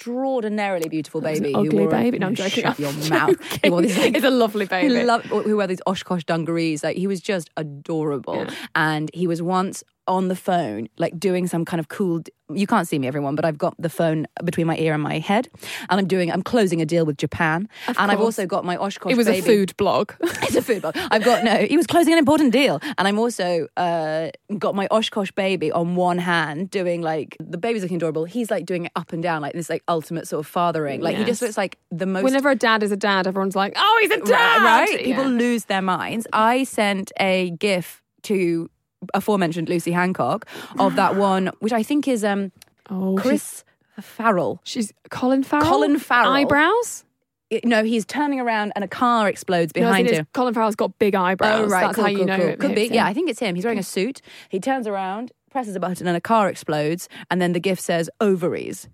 [SPEAKER 2] extraordinarily beautiful baby. who
[SPEAKER 1] ugly
[SPEAKER 2] wore a-
[SPEAKER 1] baby. No, I'm
[SPEAKER 2] Shut
[SPEAKER 1] joking. I'm
[SPEAKER 2] your mouth. He wore this, like,
[SPEAKER 1] it's a lovely
[SPEAKER 2] He
[SPEAKER 1] baby.
[SPEAKER 2] loved who wear these Oshkosh dungarees. Like he was just adorable, and he was once on the phone, like doing some kind of cool. You can't see me, everyone, but I've got the phone between my ear and my head, and I'm doing. I'm closing a deal with Japan, and I've
[SPEAKER 1] course.
[SPEAKER 2] also got my Oshkosh.
[SPEAKER 1] it was
[SPEAKER 2] baby.
[SPEAKER 1] a food blog.
[SPEAKER 2] It's a food blog. I've got no. He was closing an important deal, and I'm also uh, got my Oshkosh baby on one hand, doing like the baby's looking adorable. He's like doing it up and down, like this like ultimate sort of fathering. Like he just
[SPEAKER 1] Yes.
[SPEAKER 2] looks like the most.
[SPEAKER 1] Whenever a dad is a dad, everyone's like, "Oh, he's a
[SPEAKER 2] Ri-
[SPEAKER 1] dad!"
[SPEAKER 2] right?
[SPEAKER 1] Yeah.
[SPEAKER 2] People lose their minds. I sent a GIF to aforementioned Lucy Hancock of that one, which I think is um
[SPEAKER 1] oh, she's,
[SPEAKER 2] Chris Farrell.
[SPEAKER 1] she's Colin Farrell.
[SPEAKER 2] Colin Farrell.
[SPEAKER 1] eyebrows.
[SPEAKER 2] It- No, he's turning around and a car explodes
[SPEAKER 1] No, I
[SPEAKER 2] behind
[SPEAKER 1] think it's
[SPEAKER 2] him.
[SPEAKER 1] Colin Farrell's got big eyebrows. That's
[SPEAKER 2] cool,
[SPEAKER 1] how you
[SPEAKER 2] cool,
[SPEAKER 1] know
[SPEAKER 2] cool.
[SPEAKER 1] it.
[SPEAKER 2] Could be.
[SPEAKER 1] it's
[SPEAKER 2] Yeah,
[SPEAKER 1] him.
[SPEAKER 2] I think it's him. He's wearing a suit. He turns around, presses a button, and a car explodes. And then the GIF says ovaries.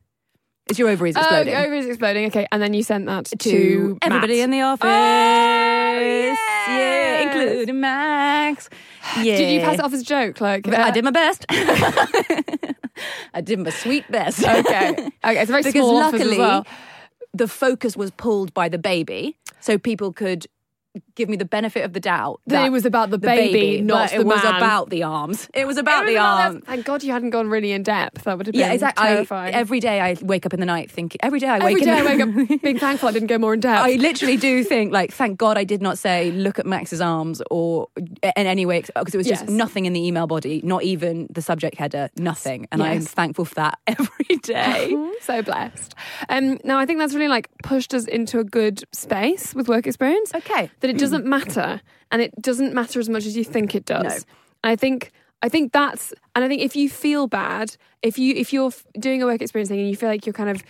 [SPEAKER 2] It's your ovaries
[SPEAKER 1] Oh,
[SPEAKER 2] exploding.
[SPEAKER 1] over is exploding. Okay, and then you sent that to,
[SPEAKER 2] everybody
[SPEAKER 1] Matt. Oh,
[SPEAKER 2] in the office.
[SPEAKER 1] yes.
[SPEAKER 2] Yeah, including Max. Yeah.
[SPEAKER 1] Did you pass it off as a joke? Like
[SPEAKER 2] But I
[SPEAKER 1] uh,
[SPEAKER 2] did my best. I did my sweet best.
[SPEAKER 1] Okay. Okay, it's a very
[SPEAKER 2] because
[SPEAKER 1] small office as
[SPEAKER 2] luckily,
[SPEAKER 1] well.
[SPEAKER 2] the focus was pulled by the baby, so people could give me the benefit of the doubt
[SPEAKER 1] That it was about the baby, not
[SPEAKER 2] but
[SPEAKER 1] the
[SPEAKER 2] it was
[SPEAKER 1] man.
[SPEAKER 2] about the arms. It was about
[SPEAKER 1] It was
[SPEAKER 2] the
[SPEAKER 1] about
[SPEAKER 2] arms.
[SPEAKER 1] that- Thank God you hadn't gone really in depth. That would have been
[SPEAKER 2] Yeah, exactly. I-
[SPEAKER 1] terrifying.
[SPEAKER 2] every day I wake up in the night thinking. Every day I
[SPEAKER 1] Every
[SPEAKER 2] wake in
[SPEAKER 1] day I
[SPEAKER 2] the-
[SPEAKER 1] wake up being thankful I didn't go more in depth.
[SPEAKER 2] I literally do think, like, thank God I did not say, look at Max's arms or in any way, because it was just
[SPEAKER 1] Yes.
[SPEAKER 2] nothing in the email body, not even the subject header, nothing. And I'm
[SPEAKER 1] Yes.
[SPEAKER 2] thankful for that every day.
[SPEAKER 1] Mhm. so blessed. Um, now I think that's really like pushed us into a good space with work experience.
[SPEAKER 2] Okay.
[SPEAKER 1] that it doesn't matter, and it doesn't matter as much as you think it does.
[SPEAKER 2] No.
[SPEAKER 1] And I think I think that's and I think if you feel bad, if you if you're f- doing a work experience thing and you feel like you're kind of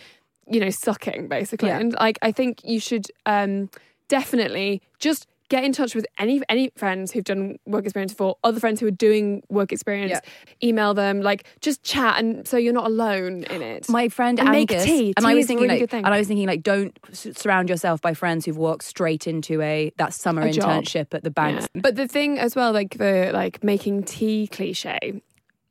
[SPEAKER 1] you know sucking basically,
[SPEAKER 2] Yeah.
[SPEAKER 1] and like I think you should um, definitely just. Get in touch with any any friends who've done work experience before, other friends who are doing work experience. Email them, like just chat, and so you're not alone in it.
[SPEAKER 2] My friend
[SPEAKER 1] And make
[SPEAKER 2] Angus,
[SPEAKER 1] tea.
[SPEAKER 2] and
[SPEAKER 1] Tea
[SPEAKER 2] I was
[SPEAKER 1] is a
[SPEAKER 2] thinking,
[SPEAKER 1] really
[SPEAKER 2] like,
[SPEAKER 1] good thing.
[SPEAKER 2] and I was thinking, like, don't s- surround yourself by friends who've walked straight into a that summer
[SPEAKER 1] A job.
[SPEAKER 2] internship at the banks.
[SPEAKER 1] Yeah. But the thing as well, like the like making tea cliche,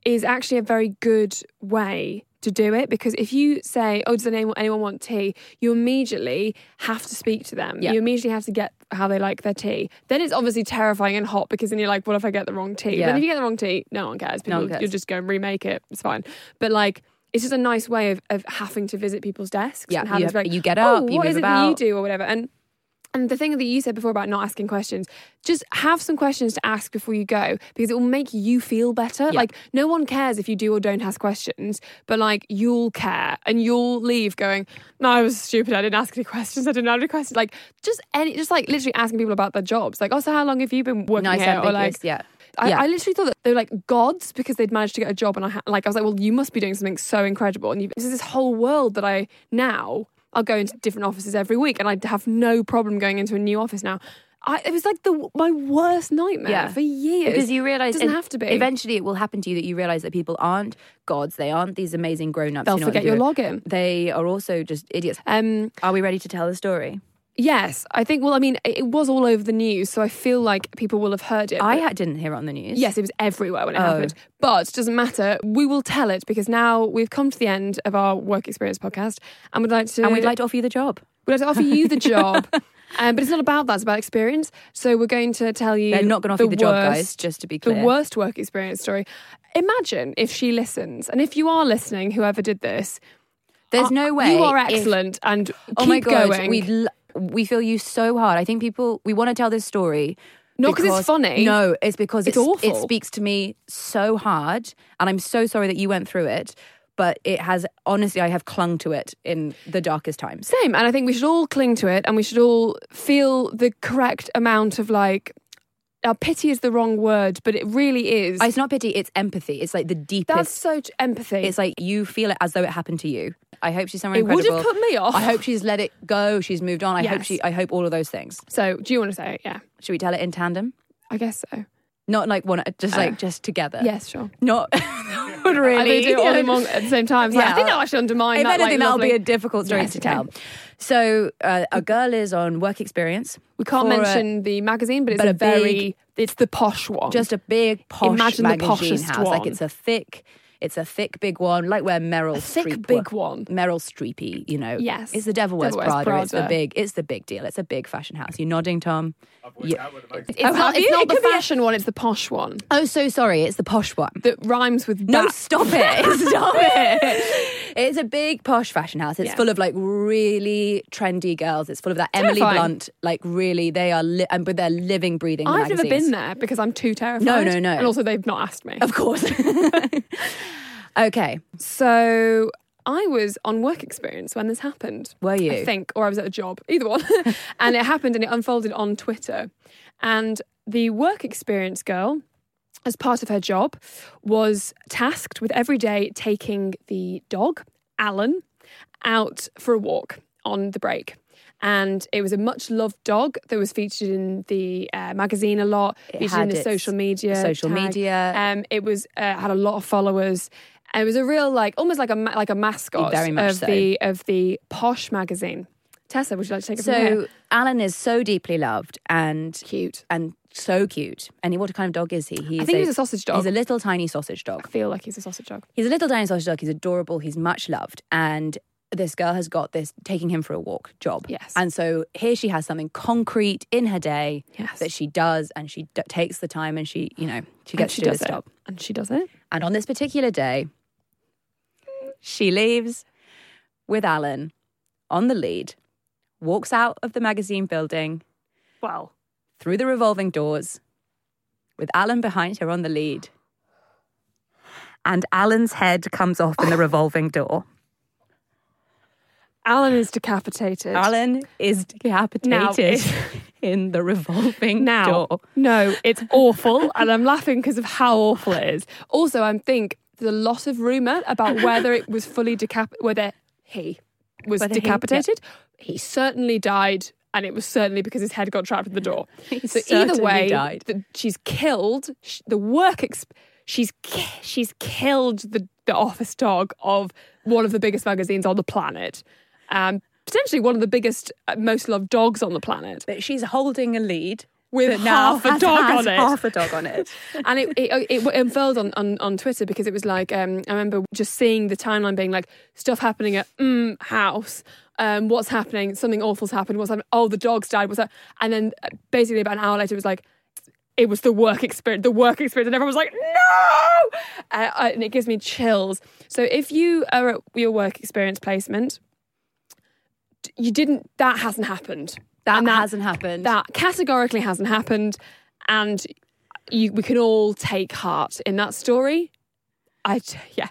[SPEAKER 1] is actually a very good way to do it because if you say, "Oh, does anyone anyone want tea?" You immediately have to speak to them.
[SPEAKER 2] Yeah.
[SPEAKER 1] You immediately have to get how they like their tea. Then it's obviously terrifying and hot because then you're like, "What if I get the wrong tea?" But
[SPEAKER 2] Yeah.
[SPEAKER 1] then if you get the wrong tea, no one cares. People,
[SPEAKER 2] one cares.
[SPEAKER 1] You'll just go and remake it. It's fine. But like. It's just a nice way of, of having to visit people's desks.
[SPEAKER 2] Yeah,
[SPEAKER 1] and having
[SPEAKER 2] you
[SPEAKER 1] to be
[SPEAKER 2] have-
[SPEAKER 1] like,
[SPEAKER 2] you get
[SPEAKER 1] Oh,
[SPEAKER 2] up, you
[SPEAKER 1] what
[SPEAKER 2] move
[SPEAKER 1] is it
[SPEAKER 2] about."
[SPEAKER 1] that you do or whatever? And and the thing that you said before about not asking questions, just have some questions to ask before you go because it will make you feel better. Like, no one cares if you do or don't ask questions, but like, you'll care and you'll leave going, No, I was stupid. I didn't ask any questions. I didn't have any questions. Like, just any, just like literally asking people about their jobs. Like, also, how long have you been working
[SPEAKER 2] Nice
[SPEAKER 1] here? Or like,
[SPEAKER 2] ambiguous, yeah.
[SPEAKER 1] I,
[SPEAKER 2] Yeah.
[SPEAKER 1] I literally thought that they were like gods because they'd managed to get a job, and I ha- like I was like, well, you must be doing something so incredible, and you, this is this whole world that I now I'll go into different offices every week, and I'd have no problem going into a new office now. I, it was like the my worst nightmare
[SPEAKER 2] Yeah.
[SPEAKER 1] for years
[SPEAKER 2] because you realize
[SPEAKER 1] doesn't
[SPEAKER 2] ev-
[SPEAKER 1] have to be.
[SPEAKER 2] Eventually, it will happen to you that you realize that people aren't gods. They aren't these amazing grown-ups.
[SPEAKER 1] They'll
[SPEAKER 2] who know what
[SPEAKER 1] forget
[SPEAKER 2] to
[SPEAKER 1] your
[SPEAKER 2] do.
[SPEAKER 1] login.
[SPEAKER 2] They are also just idiots.
[SPEAKER 1] Um,
[SPEAKER 2] Are we ready to tell the story?
[SPEAKER 1] yes, I think. Well, I mean, it, it was all over the news, so I feel like people will have heard it.
[SPEAKER 2] I Oh.
[SPEAKER 1] but-
[SPEAKER 2] ha- didn't hear it on the news.
[SPEAKER 1] Yes, it was everywhere when it happened. But it doesn't matter. We will tell it because now we've come to the end of our work experience podcast, and we'd like to
[SPEAKER 2] and we'd like to offer you the job.
[SPEAKER 1] We'd have to offer you the job. Um, but it's not about that, it's about experience. So we're going to tell you.
[SPEAKER 2] They're not going to offer you the job, guys.
[SPEAKER 1] worst-
[SPEAKER 2] Just to be
[SPEAKER 1] The
[SPEAKER 2] clear.
[SPEAKER 1] worst work experience story. Imagine if she listens, and if you are listening, whoever did this,
[SPEAKER 2] There's
[SPEAKER 1] uh,
[SPEAKER 2] no way.
[SPEAKER 1] You are
[SPEAKER 2] if-
[SPEAKER 1] excellent, and keep
[SPEAKER 2] oh my god,
[SPEAKER 1] going.
[SPEAKER 2] we l- we feel you so hard. I think people we want to tell this story.
[SPEAKER 1] Not 'cause it's
[SPEAKER 2] because-
[SPEAKER 1] funny.
[SPEAKER 2] No, it's because
[SPEAKER 1] It's
[SPEAKER 2] it's It
[SPEAKER 1] awful.
[SPEAKER 2] speaks to me so hard, and I'm so sorry that you went through it. But it has honestly, I have clung to it in the darkest times.
[SPEAKER 1] Same, and I think we should all cling to it, and we should all feel the correct amount of like. Now, pity is the wrong word, but it really is.
[SPEAKER 2] It's not pity, it's empathy. It's like the deepest.
[SPEAKER 1] That's so t- empathy.
[SPEAKER 2] it's like you feel it as though it happened to you. I hope she's someone
[SPEAKER 1] It would
[SPEAKER 2] incredible.
[SPEAKER 1] have put me off.
[SPEAKER 2] I hope she's let it go. She's moved on. I hope
[SPEAKER 1] Oh. Yes.
[SPEAKER 2] she. I hope all of those things.
[SPEAKER 1] so, do you want to say it? Yeah,
[SPEAKER 2] Should we tell it in tandem?
[SPEAKER 1] I guess so.
[SPEAKER 2] Not like one. Just
[SPEAKER 1] Uh,
[SPEAKER 2] like just together.
[SPEAKER 1] Yes, sure.
[SPEAKER 2] Not. that would
[SPEAKER 1] And
[SPEAKER 2] really.
[SPEAKER 1] they do it all among- at the same time. So
[SPEAKER 2] Yeah.
[SPEAKER 1] I think that'll actually undermine
[SPEAKER 2] If
[SPEAKER 1] that.
[SPEAKER 2] anything,
[SPEAKER 1] like,
[SPEAKER 2] that'll
[SPEAKER 1] lovely-
[SPEAKER 2] be a difficult story
[SPEAKER 1] Yes,
[SPEAKER 2] to
[SPEAKER 1] okay.
[SPEAKER 2] tell. So uh, a girl is on work experience.
[SPEAKER 1] We can't
[SPEAKER 2] for a-
[SPEAKER 1] mention the magazine, but it's
[SPEAKER 2] but
[SPEAKER 1] a,
[SPEAKER 2] a big-
[SPEAKER 1] very it's the posh one.
[SPEAKER 2] just a big posh
[SPEAKER 1] Imagine the
[SPEAKER 2] magazine
[SPEAKER 1] poshest
[SPEAKER 2] house. Like
[SPEAKER 1] one.
[SPEAKER 2] it's a thick, it's a thick big one, like where Meryl
[SPEAKER 1] A thick,
[SPEAKER 2] Streep
[SPEAKER 1] big
[SPEAKER 2] wa-
[SPEAKER 1] one.
[SPEAKER 2] Meryl Streepy, you know.
[SPEAKER 1] Yes.
[SPEAKER 2] it's the Devil Wears,
[SPEAKER 1] Devil Wears
[SPEAKER 2] Prada. It's the
[SPEAKER 1] Prada.
[SPEAKER 2] big, it's the big deal. It's a big fashion house. You nodding, Tom? Yeah.
[SPEAKER 1] it's not,
[SPEAKER 2] have
[SPEAKER 1] it's
[SPEAKER 2] you?
[SPEAKER 1] not
[SPEAKER 2] It
[SPEAKER 1] the
[SPEAKER 2] could be a-
[SPEAKER 1] fashion one; it's the posh one
[SPEAKER 2] Oh, so sorry. It's the posh one.
[SPEAKER 1] that rhymes with
[SPEAKER 2] No,
[SPEAKER 1] that.
[SPEAKER 2] stop it. Stop it. It's a big posh fashion house. It's
[SPEAKER 1] Yeah.
[SPEAKER 2] full of like really trendy girls. It's full of that Emily
[SPEAKER 1] Terrifying.
[SPEAKER 2] Blunt. Like really, they are li- and but they're living, breathing. the
[SPEAKER 1] I've never
[SPEAKER 2] magazines.
[SPEAKER 1] been there because I'm too terrified.
[SPEAKER 2] No, no, Um, no.
[SPEAKER 1] And also, they've not asked me.
[SPEAKER 2] Of course. okay.
[SPEAKER 1] So I was on work experience when this happened.
[SPEAKER 2] Were you?
[SPEAKER 1] I think, or I was at a job, either one. and it happened and it unfolded on Twitter. And the work experience girl, as part of her job, was tasked with every day taking the dog, Alan, out for a walk on the break. And it was a much loved dog that was featured in the uh, magazine a lot, featured in
[SPEAKER 2] had
[SPEAKER 1] the
[SPEAKER 2] its
[SPEAKER 1] social media.
[SPEAKER 2] social
[SPEAKER 1] tag.
[SPEAKER 2] media.
[SPEAKER 1] Um, it was uh, had a lot of followers. And it was a real like almost like a ma- like a mascot
[SPEAKER 2] Very much
[SPEAKER 1] of
[SPEAKER 2] so.
[SPEAKER 1] the of the posh magazine. Tessa, would you like to take it from
[SPEAKER 2] So
[SPEAKER 1] here?
[SPEAKER 2] Alan is so deeply loved and
[SPEAKER 1] Cute.
[SPEAKER 2] and so cute. And he, what kind of dog is he? He's
[SPEAKER 1] I think he's a sausage dog.
[SPEAKER 2] He's a little tiny sausage dog.
[SPEAKER 1] I feel like he's a sausage dog.
[SPEAKER 2] He's a little dinosaur dog. He's adorable. He's much loved. And this girl has got this taking him for a walk job.
[SPEAKER 1] Yes.
[SPEAKER 2] And so here she has something concrete in her day
[SPEAKER 1] Yes.
[SPEAKER 2] that she does and she d- takes the time and she, you know, she
[SPEAKER 1] and
[SPEAKER 2] gets
[SPEAKER 1] she
[SPEAKER 2] to do
[SPEAKER 1] does
[SPEAKER 2] this
[SPEAKER 1] it.
[SPEAKER 2] job.
[SPEAKER 1] And she does it.
[SPEAKER 2] And on this particular day, she leaves with Alan on the lead, walks out of the magazine building
[SPEAKER 1] Wow.
[SPEAKER 2] through the revolving doors with Alan behind her on the lead. And Alan's head comes off in the revolving door.
[SPEAKER 1] Alan is decapitated.
[SPEAKER 2] Alan is
[SPEAKER 1] Now,
[SPEAKER 2] decapitated in the revolving
[SPEAKER 1] now.
[SPEAKER 2] door.
[SPEAKER 1] No, it's awful, and I'm laughing because of how awful it is. Also, I think there's a lot of rumor about whether it was fully decap whether he was
[SPEAKER 2] Whether he-
[SPEAKER 1] decapitated. He, certainly died, and it was certainly because his head got trapped in the door. so either
[SPEAKER 2] certainly
[SPEAKER 1] way,
[SPEAKER 2] died.
[SPEAKER 1] The, she's killed sh- the work. Exp- she's ki- she's killed the the office dog of one of the biggest magazines on the planet. Um, Potentially one of the biggest, uh, most loved dogs on the planet
[SPEAKER 2] But she's holding a lead
[SPEAKER 1] with
[SPEAKER 2] that now
[SPEAKER 1] half a
[SPEAKER 2] has-
[SPEAKER 1] dog
[SPEAKER 2] has
[SPEAKER 1] on it.
[SPEAKER 2] Half a dog on it.
[SPEAKER 1] and it it, it, it unfurled on, on, on Twitter because it was like um, I remember just seeing the timeline being like stuff happening at mm, house. Um, what's happening? Something awful's happened. What's happening? Oh, the dogs died. What's that? And then uh, basically about an hour later, it was like it was the work experience. The work experience, and everyone was like, no. Uh, I- and it gives me chills. So if you are at your work experience placement, d- you didn't. That hasn't happened.
[SPEAKER 2] That,
[SPEAKER 1] And
[SPEAKER 2] hasn't happened.
[SPEAKER 1] that categorically hasn't happened, and you, we can all take heart in that story. I t- yeah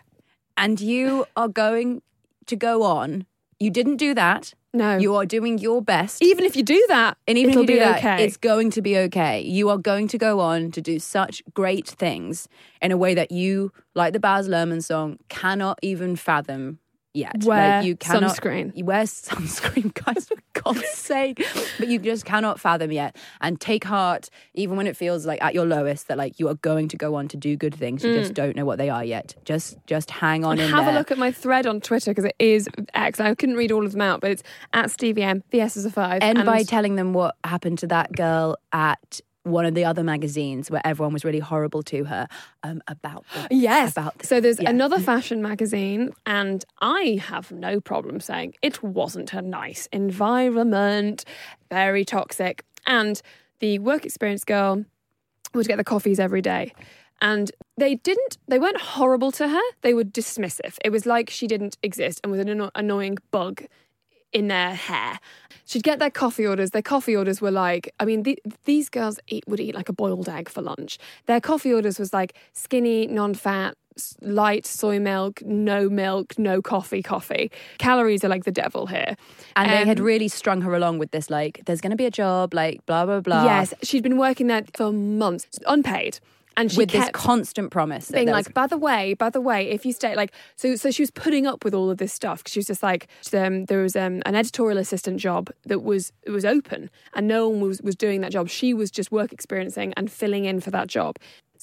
[SPEAKER 2] and you are going to go on. You didn't do that.
[SPEAKER 1] no.
[SPEAKER 2] You are doing your best.
[SPEAKER 1] even if you do that,
[SPEAKER 2] And even
[SPEAKER 1] it'll
[SPEAKER 2] if you
[SPEAKER 1] be
[SPEAKER 2] do that,
[SPEAKER 1] okay.
[SPEAKER 2] it's going to be okay. You are going to go on to do such great things in a way that you, like the Baz Luhrmann song, cannot even fathom yet.
[SPEAKER 1] Wear
[SPEAKER 2] like you cannot,
[SPEAKER 1] sunscreen.
[SPEAKER 2] You wear sunscreen, guys, for God's sake. But you just cannot fathom yet. And take heart, even when it feels like at your lowest, that like you are going to go on to do good things. You just don't know what they are yet. Just just hang on
[SPEAKER 1] Mm. And
[SPEAKER 2] in
[SPEAKER 1] have
[SPEAKER 2] there.
[SPEAKER 1] a look at my thread on Twitter because it is X. I couldn't read all of them out, but it's at Stevie M. The S's are five.
[SPEAKER 2] End
[SPEAKER 1] and
[SPEAKER 2] by telling them what happened to that girl at one of the other magazines where everyone was really horrible to her um, about the,
[SPEAKER 1] Yes.
[SPEAKER 2] about the,
[SPEAKER 1] so there's
[SPEAKER 2] yeah.
[SPEAKER 1] another fashion magazine, and I have no problem saying it wasn't a nice environment, very toxic. And the work experience girl would get the coffees every day. And they didn't, they weren't horrible to her, they were dismissive. It was like she didn't exist and was an anno- annoying bug in their hair. She'd get their coffee orders. Their coffee orders were like, I mean, the, these girls eat, would eat like a boiled egg for lunch. Their coffee orders was like skinny, non fat, light soy milk, no milk, no coffee, coffee. Calories are like the devil here.
[SPEAKER 2] and they
[SPEAKER 1] Um,
[SPEAKER 2] had really strung her along with this like there's going to be a job like blah blah blah
[SPEAKER 1] Um, Yes, she'd been working there for months, unpaid. And she
[SPEAKER 2] with this
[SPEAKER 1] kept
[SPEAKER 2] constant promise that
[SPEAKER 1] being
[SPEAKER 2] there
[SPEAKER 1] like,
[SPEAKER 2] was-
[SPEAKER 1] by the way, by the way, if you stay, like, so so she was putting up with all of this stuff. 'cause She was just like, um, there was um, an editorial assistant job that was it was open, and no one was was doing that job. She was just work experiencing and filling in for that job.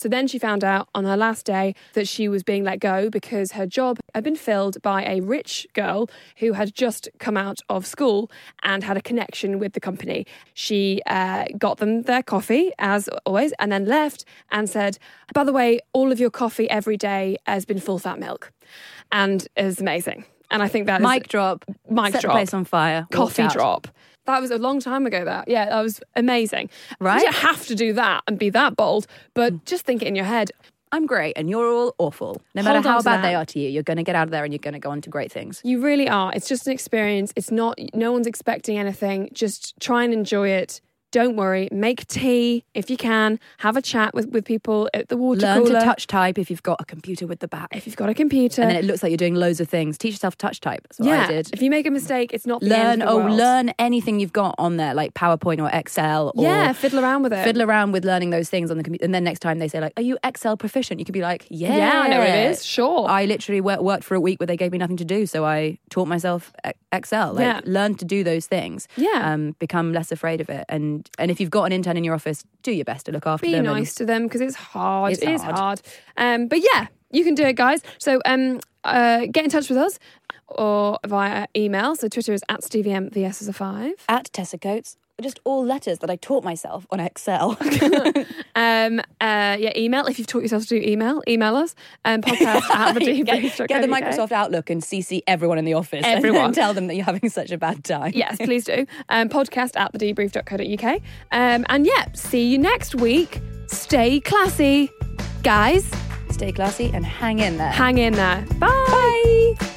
[SPEAKER 1] So then she found out on her last day that she was being let go because her job had been filled by a rich girl who had just come out of school and had a connection with the company. She uh, got them their coffee, as always, and then left and said, By the way, all of your coffee every day has been full fat milk. And is amazing. And I think that is
[SPEAKER 2] mic drop
[SPEAKER 1] Mic
[SPEAKER 2] set
[SPEAKER 1] drop.
[SPEAKER 2] the place on fire walked
[SPEAKER 1] coffee
[SPEAKER 2] out.
[SPEAKER 1] drop. That was a long time ago. That yeah, that was amazing.
[SPEAKER 2] Right? Hmm.
[SPEAKER 1] you don't have to do that and be that bold, but just think it in your head.
[SPEAKER 2] I'm great and you're all awful no
[SPEAKER 1] Hold
[SPEAKER 2] matter
[SPEAKER 1] on
[SPEAKER 2] how
[SPEAKER 1] to
[SPEAKER 2] bad
[SPEAKER 1] that.
[SPEAKER 2] they are to you you're going to get out of there and you're going to go on to great things
[SPEAKER 1] You really are. It's just an experience. It's not, no one's expecting anything. Just try and enjoy it. Don't worry. Make tea if you can. Have a chat with, with people at the water
[SPEAKER 2] learn
[SPEAKER 1] cooler.
[SPEAKER 2] to touch type if you've got a computer with the back
[SPEAKER 1] if you've got a computer.
[SPEAKER 2] and then it looks like you're doing loads of things teach yourself touch type that's what
[SPEAKER 1] yeah.
[SPEAKER 2] I did
[SPEAKER 1] If you make a mistake, it's not the
[SPEAKER 2] learn
[SPEAKER 1] end of the
[SPEAKER 2] oh
[SPEAKER 1] world.
[SPEAKER 2] learn anything you've got on there like powerpoint or excel or
[SPEAKER 1] Yeah, fiddle around with it.
[SPEAKER 2] fiddle around with learning those things on the computer and then next time they say like are you excel proficient you could be like yeah
[SPEAKER 1] Yeah, I know it is. Sure.
[SPEAKER 2] i literally wor- worked for a week where they gave me nothing to do so i taught myself e- excel like
[SPEAKER 1] Yeah.
[SPEAKER 2] learn to do those things
[SPEAKER 1] Yeah.
[SPEAKER 2] um, become less afraid of it and and if you've got an intern in your office do your best to look after
[SPEAKER 1] be
[SPEAKER 2] them and-
[SPEAKER 1] nice to them because it's hard.
[SPEAKER 2] It's
[SPEAKER 1] It is hard.
[SPEAKER 2] hard.
[SPEAKER 1] Um, but yeah, you can do it, guys. So um, uh, get in touch with us uh, or via email. So Twitter is at StevieM, the S is a five.
[SPEAKER 2] At Tessa Coates, just all letters that I taught myself on Excel.
[SPEAKER 1] Um, uh, yeah, email. If you've taught yourself to do email, email us. Um, podcast at the
[SPEAKER 2] get, get the Microsoft Outlook and CC everyone in the office and then
[SPEAKER 1] Everyone.
[SPEAKER 2] tell them that you're having such a bad time.
[SPEAKER 1] Yes, please do. Um, podcast at the debrief.co.uk. Um, and yeah, see you next week. Stay classy, guys.
[SPEAKER 2] Stay classy and hang in there.
[SPEAKER 1] Hang in there. Bye.
[SPEAKER 2] Bye.